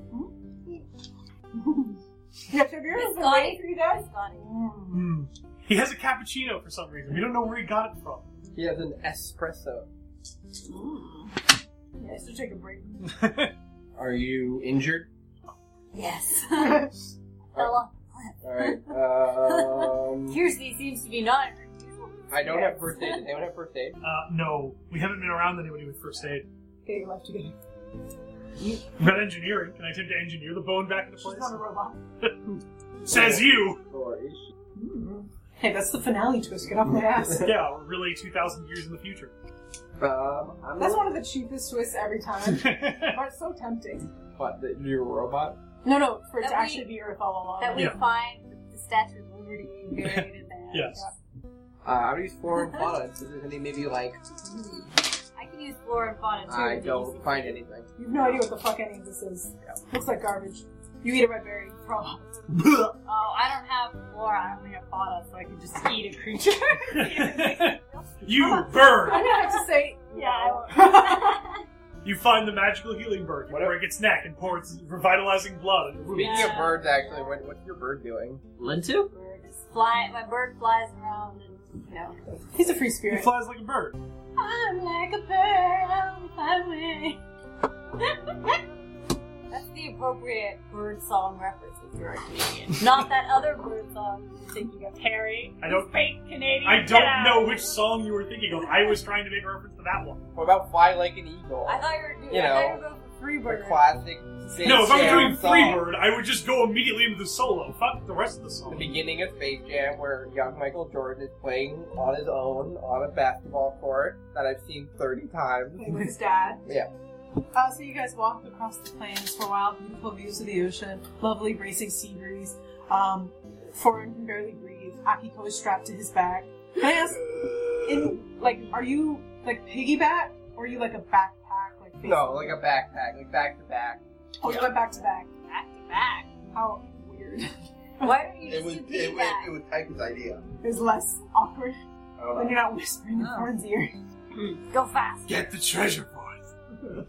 A: Yeah, Tiberius is
C: Scotty?
A: waiting for you guys. Mm.
C: Scotty.
F: Hmm. He has a cappuccino for some reason. We don't know where he got it from.
E: He has an espresso.
B: Hmm.
A: Yeah, so take a <laughs> break.
E: Are you <laughs> injured?
C: Yes. <laughs>
E: Alright.
C: Ella.
E: Alright.
C: <laughs>
E: Um,
C: Kiersey seems to be not.
E: I don't have first aid. Does anyone have first aid?
F: Uh, no, we haven't been around anybody with first aid.
A: Okay, you left again.
F: We've got engineering. Can I attempt to engineer the bone back into
A: She's
F: place?
A: not a robot.
F: Says you.
E: Or is she?
A: Hmm. Hey, that's the finale twist. Get off my ass.
F: yeah, we're really 2,000 years in the future. <laughs>
E: Um, I'm
A: <laughs> That's one
E: not-
A: of the cheapest twists every <laughs> time. but it's so tempting.
E: What, the, you're a robot?
A: No, no, for it
C: That
A: to
C: we-
A: actually be Earth all along.
C: That we
F: Yeah.
C: find the Statue of Liberty buried
F: <laughs>
C: in there.
F: Yes.
E: Uh, I'm gonna use flora and fauna. Is there any maybe like
C: I can use flora and fauna too.
E: I
C: to
E: don't
C: use-
E: find anything?
A: You have no idea what the fuck any of this is. Looks like garbage. You eat a red berry, <laughs> probably.
C: Oh, I don't have flora. I only have fauna, so I can just eat a creature. <laughs>
F: you burn!
A: I'm gonna have to say,
C: yeah.
A: yeah.
C: I
F: You find the magical healing bird. You
E: What a-
F: break its neck and pour its revitalizing blood. on
E: Speaking
C: Yeah.
E: of birds, actually, what, what's your bird doing?
B: Lintu?
C: won't. Bird is fly. My bird flies around and you know.
A: <laughs> He's a free
F: It
A: spirit.
F: flies like a bird.
C: I'm like a bird on my way. <laughs> That's the appropriate bird song reference if you're a Canadian. Not that other bird song you're thinking of, Harry.
F: I don't-
C: Fake Canadian.
F: I
C: get
F: don't
C: out.
F: know which song you were thinking of. I was trying to make reference to that one.
E: What about fly like an eagle?
C: I thought you were doing.
E: You
C: I thought you
E: know,
C: were going for free
E: The
C: bird.
E: classic. Space
F: No, if I
E: Jam
F: was doing
E: song.
F: Freebird, I would just go immediately into the solo. Fuck the rest of the <laughs>
E: The
F: song.
E: beginning of Space Jam, where young Michael Jordan is playing on his own on a basketball court that I've seen 30 times.
A: <laughs> With his dad.
E: Yeah.
A: Uh, so you guys walked across the plains for wild, beautiful views of the ocean, lovely bracing sea breeze. Um, Foreign can barely breathe. Akiko is strapped to his back. Can I ask, in like, are you like piggyback or are you like a backpack? Like face-
E: No, like a backpack, like back to back.
A: Oh, you went back to back.
C: Back to back.
A: How weird. <laughs>
C: Why don't you
D: It
C: just
D: was
C: do
D: it, it,
C: piggyback?
D: it was Tyke's idea.
A: It's less awkward
D: I don't
A: when
D: know.
A: you're not whispering in someone's ear.
C: Go fast.
F: Get the treasure
D: <laughs>
F: boys.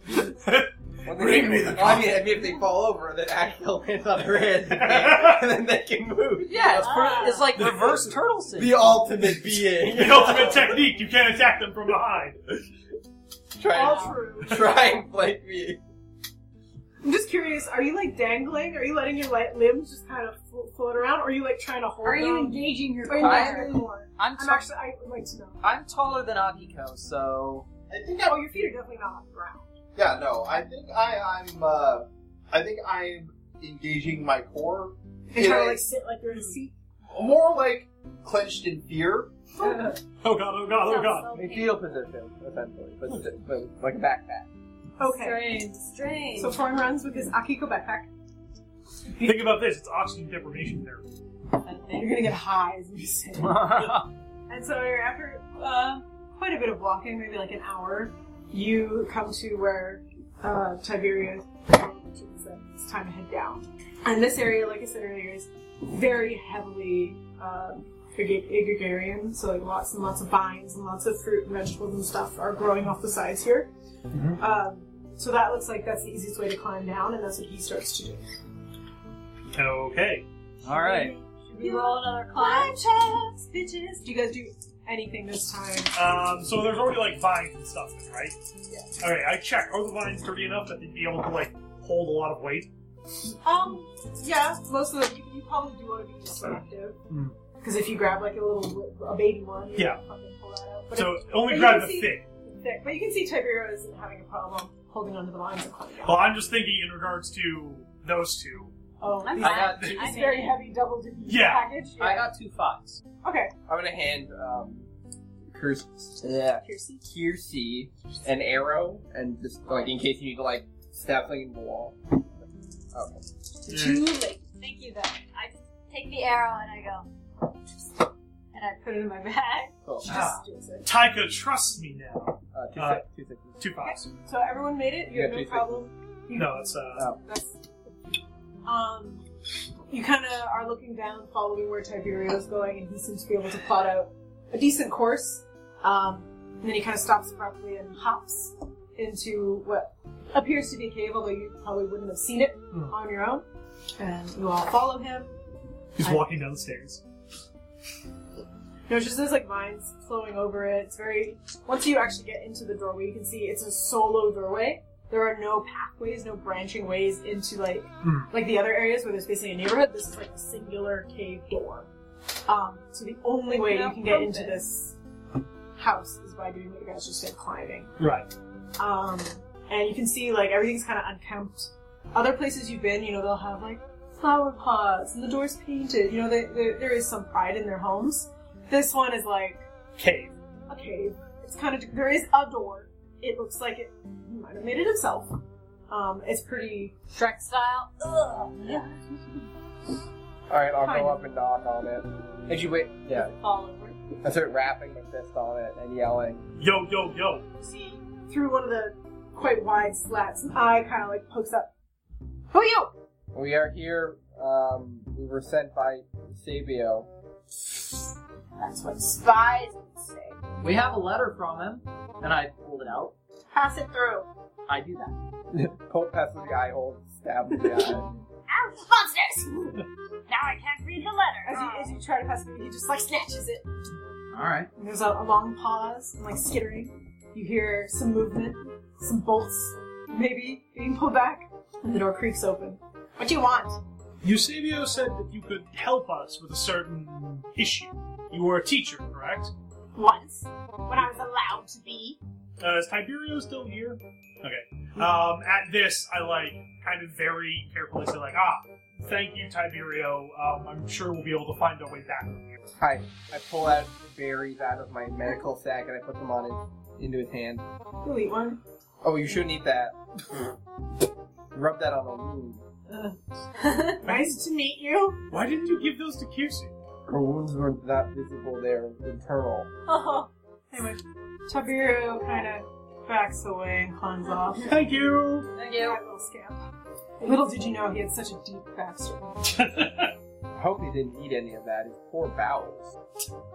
E: Well,
F: Bring me the
E: well, I mean, I mean, if they fall over, then Axel <laughs> lands on her head,
F: <laughs>
E: and then they can move.
B: Yeah, it's,
C: Ah.
B: pretty, it's like reverse <laughs> turtle sync.
E: The ultimate being.
F: the ultimate technique. You can't attack them from behind.
E: Try
A: All true.
E: and, try and flank me.
A: I'm just curious. Are you like dangling? Are you letting your li- limbs just kind of flo- float around? Or are you like trying to hold?
C: Are you
A: them?
C: engaging your
A: Are you
B: I-
A: not
C: partner?
A: doing more?
B: I'm,
A: I'm
B: ta-
A: actually. I would like to know.
B: I'm taller than Akiko, so
D: I think
A: Oh,
D: I,
A: your feet are definitely not on the ground.
D: yeah, no, I think I, I'm, uh, I think I'm engaging my core.
A: They try to
D: Yeah.
A: like sit like they're in a <laughs> seat.
D: More like clenched in fear.
F: Oh god, oh god, oh god.
E: In fetal position, essentially, but, but like a backpack.
A: Okay.
C: Strange. Strange.
A: So Foreign runs with his Akiko backpack.
F: Think about this. It's oxygen deprivation therapy.
A: You're gonna get high as you sit. And so after uh, quite a bit of walking, maybe like an hour, you come to where uh, Tiberius, which is uh, it's time to head down. And this area, like I said earlier, is very heavily uh, ag- agrarian, so like lots and lots of vines and lots of fruit and vegetables and stuff are growing off the sides here.
F: Mm-hmm.
A: Um, so that looks like that's the easiest way to climb down, and that's what he starts to do.
F: Okay.
B: all right.
C: Should we roll another climb?
A: Climb checks, bitches. Do you guys do anything this time?
F: Um, so there's already like vines and stuff, then, right? Yeah. Okay, I check. Are the vines sturdy enough that they'd be able to like hold a lot of weight?
A: Um, yeah, most of them. You, you probably do want to be selective.
F: Mm.
A: Because if you grab like a little a baby one, you
F: Yeah.
A: fucking pull that out. But
F: So
A: it's
F: only
A: but you
F: grab the
A: can see-
F: thick.
A: thick. But you can see Tiberio isn't having a problem holding onto the lines and climbing
F: Well,
A: down.
F: I'm just thinking in regards to those two.
A: Oh,
C: I'm
A: these-
B: I got,
A: these
B: two,
C: I'm
A: very
C: in.
A: heavy double duty
F: Yeah.
A: package.
B: I got two fives.
A: okay.
E: I'm gonna hand um, Kirs- yeah,
A: Piercy.
E: Kiersey an arrow, and just like in case you need to like stab something into the wall. Okay. Uh,
C: Too late. Thank you, though. I just take the arrow and I go, and I put it in my bag. <laughs>
E: Cool.
F: Ah.
A: Just do it.
F: Tyka, trust me now.
E: Uh, two,
F: Uh,
E: six, two sixes.
F: Two fives.
A: So everyone made it. You
E: Yeah,
A: have
E: do
A: no
E: you think-
A: problem.
F: No, it's uh.
A: That's um. You kind of are looking down, following where Tiberio is going, and he seems to be able to plot out a decent course. Um, and then he kind of stops abruptly and hops into what appears to be a cave, although you probably wouldn't have seen it
F: Hmm.
A: on your own. And you all follow him.
F: He's
A: I-
F: walking down the stairs.
A: No, it's just there's like vines flowing over it. It's very. Once you actually get into the doorway, you can see it's a solo doorway. There are no pathways, no branching ways into like
F: Hmm.
A: like the other areas where there's basically a neighborhood. This is like a singular cave door. Um, so the only way you can get into this house is by doing what you guys just did, climbing.
F: Right.
A: Um, and you can see like everything's kind of unkempt. Other places you've been, you know, they'll have like flower pots and the doors painted. You know, they, they, there is some pride in their homes. This one is like
F: Cave.
A: a cave. It's kind of there is a door. It looks like it he might have made it himself. Um, it's pretty.
C: Shrek style. Ugh. Yeah.
E: Alright, I'll
A: Kind
E: go
A: of.
E: up and knock on it. Actually, wait. Yeah.
C: All over.
E: I start rapping my fist on it and yelling.
F: Yo, yo, yo.
A: See through one of the quite wide slats, an eye kind of like pokes up. Who are you?
E: We are here. Um, we were sent by Sabio.
A: That's what.
C: Spies would say.
B: We have a letter from him, and I pulled it out.
C: Pass it through.
B: I do that.
E: Pope passes the eye hole, stab him in
D: <laughs>
E: the eye.
C: Ouch! Monsters! now I can't read the
A: As you,
C: letter.
A: as you try to pass, it, he just like snatches it.
B: All right.
A: And There's a, a long pause and like skittering. You hear some movement, some bolts maybe being pulled back, and the door creaks open. What do you want?
F: Eusebio said that you could help us with a certain issue. You were a teacher, correct?
C: Once, when I was allowed to be.
F: Uh, is Tiberio still here? Okay. Um, at this, I like kind of very carefully say like, ah, thank you, Tiberio. Um, I'm sure we'll be able to find our way back.
E: Hi. I pull out berries out of my medical sack and I put them on his, into his hand.
A: You'll eat one.
E: Oh, you shouldn't eat that. <laughs> Rub that on a wound.
A: <laughs> Nice to meet you.
F: Why didn't you give those to Kirsi?
E: Her wounds were not visible; they're internal.
C: Oh,
A: Anyway, Tabiru kind of backs away and climbs off.
F: Thank you.
C: thank
A: That little scamp. Little did you know he had such a deep backstory.
E: I <laughs> hope he didn't eat any of that. His poor bowels.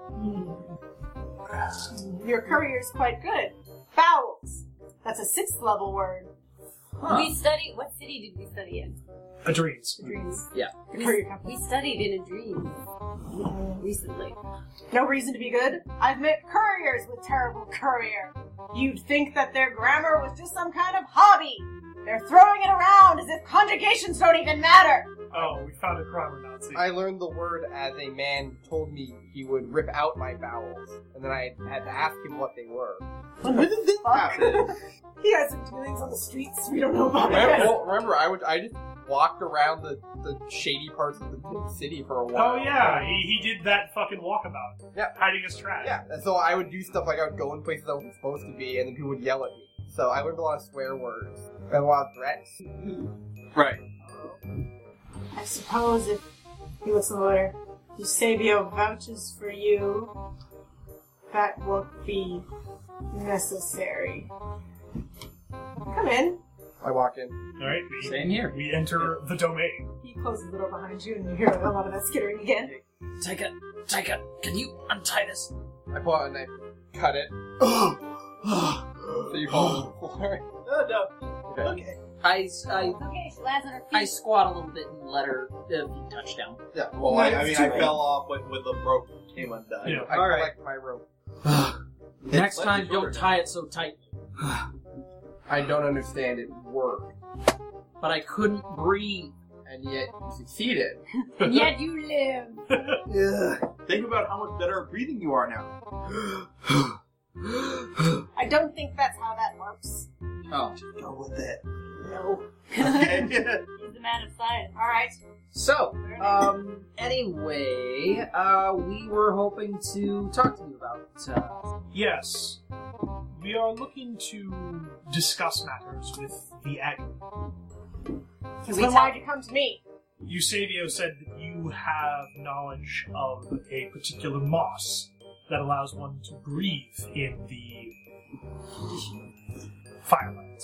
A: Hmm. Your courier's quite good. Bowels. That's a sixth level word.
C: We studied. What city did we study in?
E: Hmm.
F: Adrenes.
A: Dreams.
B: Yeah.
A: The courier company.
C: We studied in a dream recently.
A: No reason to be good. I've met couriers with terrible courier. You'd think that their grammar was just some kind of hobby. They're throwing it around as if conjugations don't even matter.
F: Oh, we found a grammar Nazi.
E: I learned the word as a man told me he would rip out my bowels, and then I had to ask him what they
F: <laughs>
E: were.
D: When did this happen?
A: <laughs> He has some dealings on the streets we don't know about.
E: Remember, well, remember, I would I just walked around the, the shady parts of the <laughs> city for a while.
F: Oh yeah, he, he did that fucking walkabout.
E: Yeah.
F: Hiding his trash.
E: Yeah, and so I would do stuff like I would go in places I wasn't supposed to be, and then people would yell at me. So I learned a lot of swear words and a lot of threats.
D: right.
A: I suppose if he looks in the letter, Eusebio vouches for you, that won't be necessary. Come in.
E: I walk in.
F: All right. We,
B: Same here.
F: we enter the domain.
A: He closes the door behind you, and you hear a lot of that skittering again.
B: Take it. Take it. Can you untie this?
E: I pull out a knife, cut it. so you fall on the floor.
A: Oh no!
E: Okay.
B: I s- I
C: Okay, she lands on her feet.
B: I squat a little bit and let her uh, be touched down.
D: Yeah. Well, I, I mean, I fell off when, when the rope came undone.
F: Yeah.
E: I
B: All right.
E: collect my rope.
B: Next
D: let
B: time,
D: me
B: don't
D: order.
B: tie it so tight.
E: I don't understand it worked,
B: But I couldn't breathe.
E: and yet you succeeded.
C: and yet you live.
D: Think about how much better at breathing you are now.
C: I don't think that's how that works.
B: Oh.
D: Go with it.
A: No.
D: <laughs> Okay. <laughs>
C: He's the man of science. All right.
B: So, um, anyway, uh, we were hoping to talk to you about, uh,
F: Yes. We are looking to discuss matters with the Ag.
C: Can
A: So then why'd you come to me?
F: Eusebio said that you have knowledge of a particular moss that allows one to breathe in the firelight.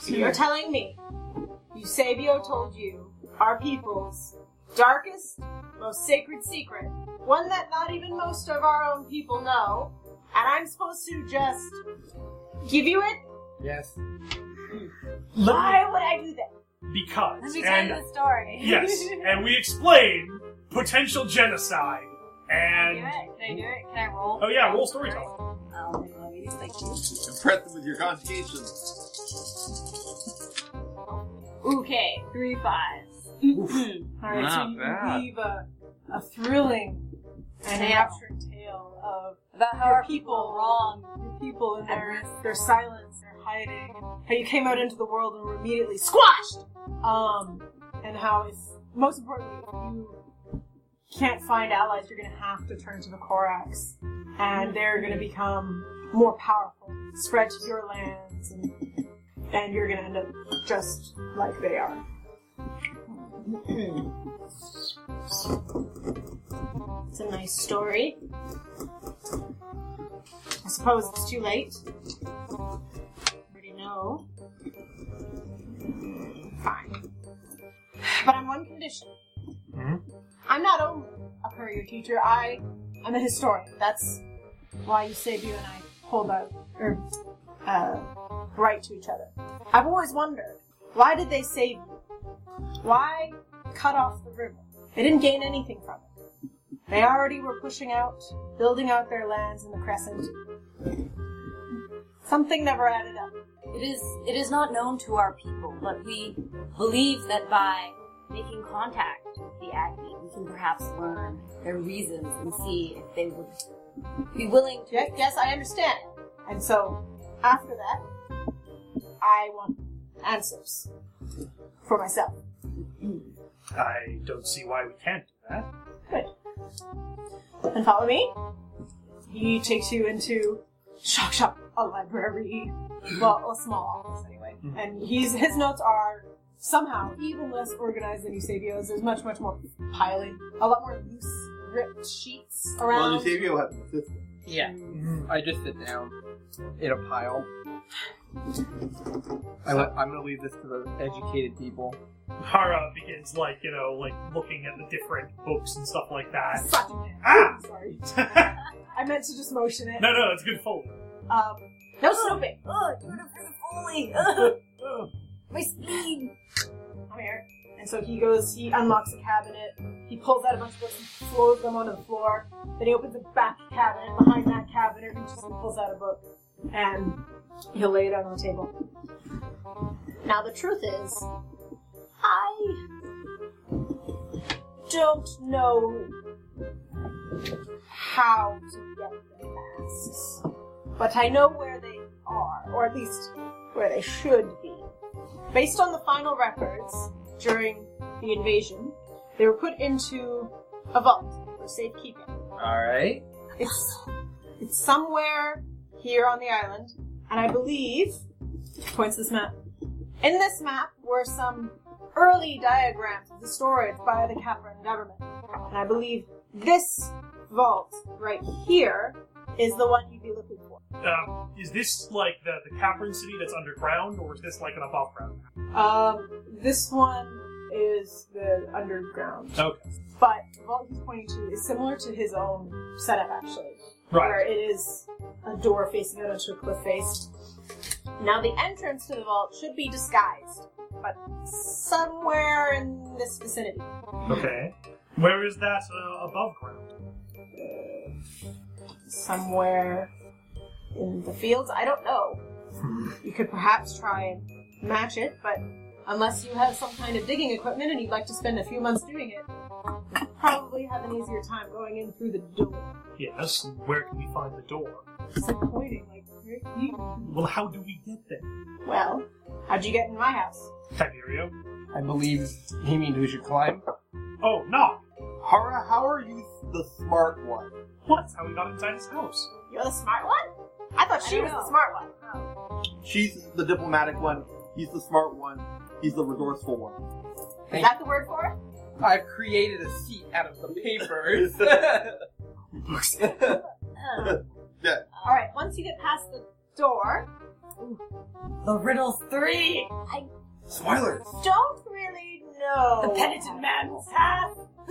A: So
B: <clears throat>
A: you're telling me Eusebio told you our people's darkest, most sacred secret, one that not even most of our own people know, and I'm supposed to just give you it?
E: Yes.
A: Why would I do that?
F: Because
C: Let me tell you
F: and
C: the story.
F: yes, and we explain potential genocide
C: <laughs> Can I do
F: and
C: it? Can I do it? Can I roll?
F: oh yeah, roll storytelling.
C: Oh, let me just like
D: Impress them with your conjugation.
C: Okay, three fives.
A: All right, so
B: Not
A: you
B: bad.
A: leave a, a thrilling and
C: Tale.
A: capturing tale of
C: About how
A: Your
C: our
A: people
C: people were wrong.
A: your people and
C: At
A: their,
C: risk.
A: their silence, their hiding, how you came out into the world and were immediately squashed. Um, and how if most importantly if you can't find allies, you're going to have to turn to the Korax, and they're going to become more powerful, spread to your lands, and, and you're going to end up just like they are.
C: It's a nice story.
A: I suppose
C: It's too late. Already know. Fine. But on one condition.
F: Hmm?
A: I'm not only a courier teacher, I am a historian. That's why Eusebio and I hold our er, uh, right to each other. I've always wondered why did they save you? Why cut off the river? They didn't gain anything from it. They already were pushing out, building out their lands in the crescent. Something never added up.
C: It is it is not known to our people, but we believe that by making contact with the Agni, we can perhaps learn their reasons and see if they would be willing to
A: Yes, yes, I understand. And so, after that, I want answers for myself.
F: I don't see why we can't do that.
A: And follow me. He takes you into shock shop, a library, well, a small office anyway. And he's his notes are somehow even less organized than Eusebio's. There's much, much more piling, a lot more loose, ripped sheets
D: Well,
A: around.
D: Eusebio has an assistant.
B: Yeah.
E: I just sit down in a pile. I, am gonna leave this to the educated people.
F: Hara begins like you know like looking at the different books and stuff like that.
A: Suck it, man.
F: Ah!
A: <laughs> Sorry,
F: no,
A: I meant to just motion it.
F: no, that's good fold.
A: Um, no snooping.
C: Oh, do it for the Foley! Ugh, my speed!
A: I'm here. And so he goes, he unlocks a cabinet, he pulls out a bunch of books and throws them onto the floor. Then he opens the back cabinet, behind that cabinet, and just pulls out a book. And he'll lay it out on the table.
C: Now the truth is, I
A: Don't know how to get the masks, but I know where they are, or at least where they should be. Based on the final records during the invasion, they were put into a vault for safekeeping.
E: All right.
A: It's it's somewhere here on the island, and I believe points this map. In this map were some early diagrams of the storage by the Capron government, and I believe this vault right here is the one you'd be looking for.
F: Um, is this like the the Capron city that's underground, or is this like an above ground?
A: Um, this one is the underground,
F: Okay,
A: but the vault he's pointing to is similar to his own setup, actually. where
F: right.
A: it is a door facing out onto a cliff face. Now the entrance to the vault should be disguised, but somewhere in this vicinity.
F: Okay, where is that uh, above ground?
A: Somewhere in the fields, I don't know. You could perhaps try and match it, but unless you have some kind of digging equipment and you'd like to spend a few months doing it, you probably have an easier time going in through the door.
F: Yes, where can we find the door?
A: Disappointing, like where can you-
F: Well, how do we get there?
A: Well, how'd you get in my house?
F: Tiberio?
E: I believe he means we should climb.
F: Oh, no!
D: Hara, how are you the smart one?
F: What? That's how we got inside his house.
A: You're the smart one? I thought she
C: I
A: was
C: know.
A: the smart one.
D: She's the diplomatic one. He's the smart one. He's the resourceful one. <laughs>
A: Is that the word for it?
E: I've created a seat out of the <laughs> papers.
C: <laughs> uh,
A: Alright, once you get past the door,
C: the riddle three. I
D: Spoilers.
A: don't really know.
C: the penitent man's
A: path. <laughs>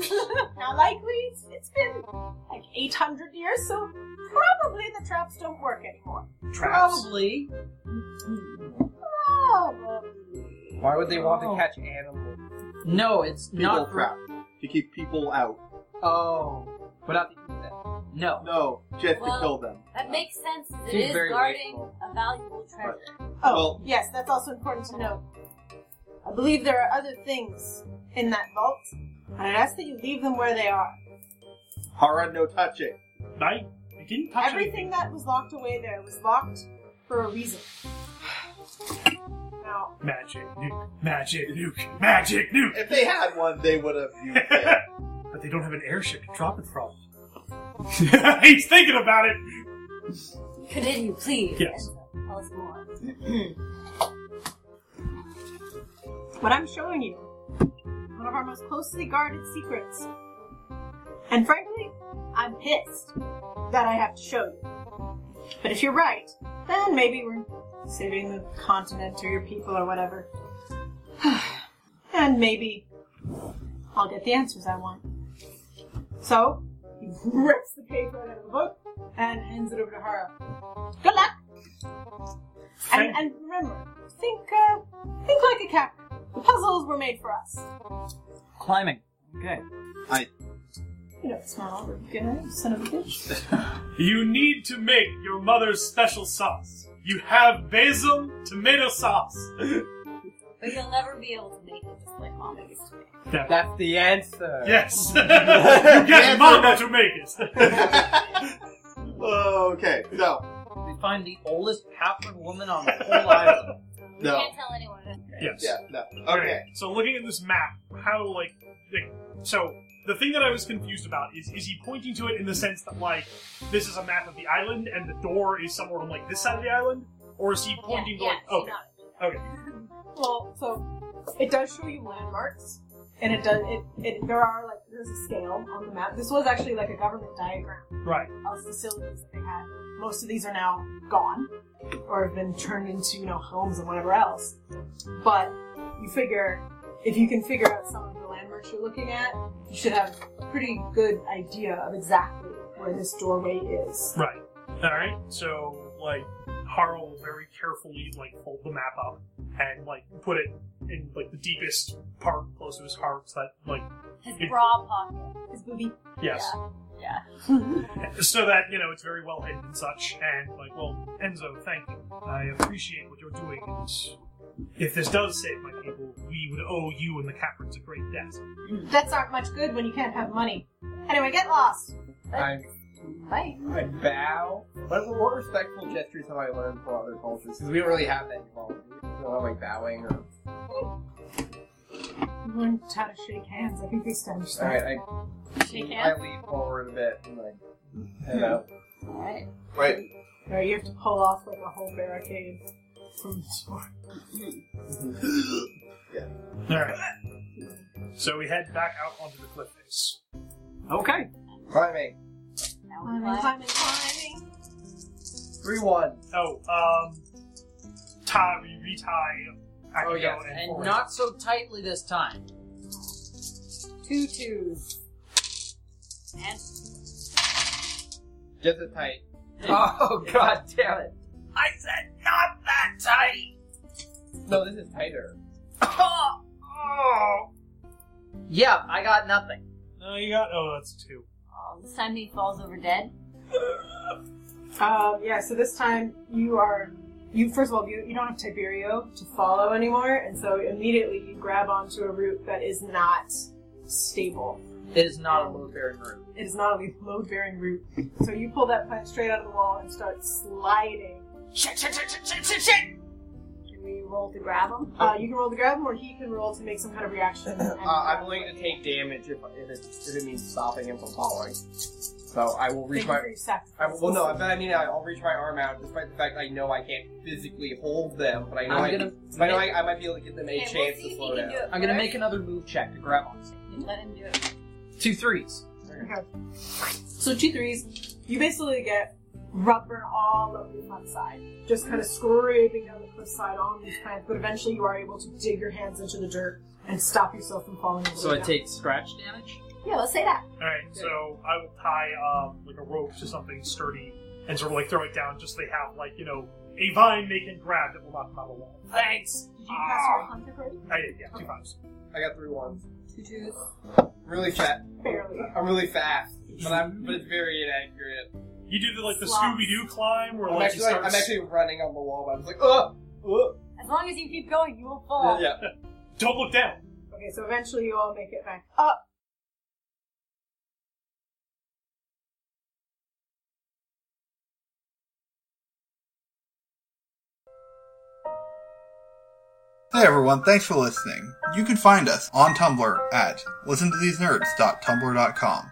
A: now, likely, it's, it's been like 800 years, so probably the traps don't work anymore.
F: Traps.
B: Probably.
A: Probably.
E: Why would they want
A: Oh.
C: Oh.
E: to catch animals?
B: No, it's
D: People
B: not.
D: trap. To keep people out.
E: Oh, but not to eat them.
B: No.
D: No, just
C: Well,
D: to kill them.
C: that makes sense. as It
E: She's
C: is
E: very
C: guarding
E: wasteful.
C: a valuable treasure.
A: Oh,
D: Well-
A: yes, that's also important to note. I believe there are other things in that vault, and I ask that you leave them where they are.
D: Hara, no touching.
F: I, I didn't touch
A: Everything that was locked away there was locked for a reason. Now,
F: Magic nuke, magic nuke, magic nuke.
D: If they had one, they would have used it.
F: but they don't have an airship to drop it from. <laughs> He's thinking about it.
C: Continue, please.
F: Yes.
C: And Tell us more.
A: But I'm showing you one of our most closely guarded secrets. And frankly, I'm pissed that I have to show you. But if you're right, then maybe we're saving the continent or your people or whatever. <sighs> and maybe I'll get the answers I want. So, he <laughs> rips the paper out of the book and hands it over to Hara. Good luck! And,
F: Thank-
A: and remember, think, uh, think like a cat. The puzzles were made for us.
B: Climbing. Okay.
A: You know, small, good, son of a bitch.
F: You need to make your mother's special sauce. You have basil tomato sauce.
C: But you'll never be able to make it just like mom used to make.
F: That-
E: That's the answer.
F: yes. <laughs> you get
D: Yes,
F: mama to
D: <laughs>
F: make it.
D: okay, so
B: We find the oldest halfling woman on the whole <laughs> island.
C: We
D: No.
C: can't tell anyone.
F: yes.
D: yeah, no, okay.
F: So looking at this map, how like, like so the thing that I was confused about is is he pointing to it in the sense that like this is a map of the island and the door is somewhere on like this side of the island? Or is he pointing
C: yeah,
F: to like
C: yeah,
F: okay, okay.
A: Well, so it does show you landmarks, and it does. It, it there are like there's a scale on the map. This was actually like a government diagram
F: Right.
A: of facilities that they had. Most of these are now gone, or have been turned into you know homes and whatever else. But you figure if you can figure out some of the landmarks you're looking at, you should have a pretty good idea of exactly where this doorway is.
F: Right. Alright. So like Harl will very carefully like fold the map up and like put it in like the deepest part close to his heart so that like
C: His bra pocket.
A: His booby.
F: yes.
C: Yeah.
F: <laughs> so that you know it's very well hidden and such. And like, well, Enzo, thank you. I appreciate what you're doing. And if this does save my people, we would owe you and the Caprins a great debt.
A: Debts aren't much good when you can't have money. Anyway, get lost.
E: I,
C: Right.
E: I bow. What, what respectful gestures have I learned from other cultures? Because we don't really have that involved. So I'm like bowing or.
A: You learn how to shake hands. I think we established that.
E: Alright,
C: Shake
E: I,
C: hands.
E: I lean forward a bit and like. Head out.
C: Alright.
D: Wait,
A: Right, you have to pull off like a whole barricade from the door.
F: All right. So we head back out onto the cliff face.
B: Okay.
E: Climbing.
C: Now we
A: Climbing,
C: climb.
A: climbing, climbing.
E: 3 1.
F: Oh, um, tie we retie. Akiko
E: Oh, yes.
F: and,
B: And
F: Forrest.
B: not so tightly this time.
C: Two twos. And
E: Just a tight.
B: <laughs> Oh god damn it. I said not that tight!
E: No, this is tighter.
B: Oh, oh. Yeah, I got nothing.
F: No, you got. Oh, that's two.
C: oh, this time he falls over dead.
A: Um, yeah, so this time you are. You first of all, you, you don't have Tiberio to follow anymore, and so immediately you grab onto a route that is not stable.
B: It is not a load bearing room.
A: It is not a load bearing route, so you pull that plant straight out of the wall and start sliding.
B: Shit, shit, shit, shit, shit, shit, shit!
C: Can we roll to grab him?
A: Uh, you can roll to grab him, or he can roll to make some kind of reaction. and
E: Uh, I'm
A: grab
E: willing
A: him.
E: to take damage if, if, it, if it means stopping him from following. So I will reach
A: Thank you
E: my.
A: for your
E: I,
A: sacrifice.
E: well, no, but I mean, I'll reach my arm out despite the fact I know I can't physically hold them, but I know,
B: I'm
E: I,
B: gonna-
E: but I, know I, I might be able to get them a
C: Okay, we'll
E: chance
C: see
E: to
C: if
E: slow
C: he can
E: down.
C: do it
B: I'm gonna
C: first.
B: make another move check to grab on.
C: Let him do it.
B: Two threes.
A: So two threes, you basically get rubber all over your front side, just kind of scraping down the cliffside on these plants. But eventually, you are able to dig your hands into the dirt and stop yourself from falling. all the
B: So
A: way
B: I
A: down.
B: take scratch damage?
C: Yeah, let's say that.
F: All right, so I will tie um, like a rope to something sturdy and sort of like throw it down, just so they have like you know a vine they can grab that will not come out of the wall.
B: Thanks!
A: Did you pass your hunter grade?
F: I did, yeah, two times.
E: I got three ones.
C: Two twos.
E: Really fat.
A: Barely.
E: I'm really fast, but I'm but it's very inaccurate.
F: You do the like the
C: Slots.
F: Scooby Doo climb, where
E: I'm
F: like
E: actually,
F: you start.
E: I'm actually running on the wall, but I'm just like, oh, oh.
C: As long as you keep going, you will fall.
E: Yeah.
F: Don't look down.
A: Okay, so eventually you all make it back up.
G: Hey everyone, thanks for listening. You can find us on Tumblr at listentothesenerds.tumblr.com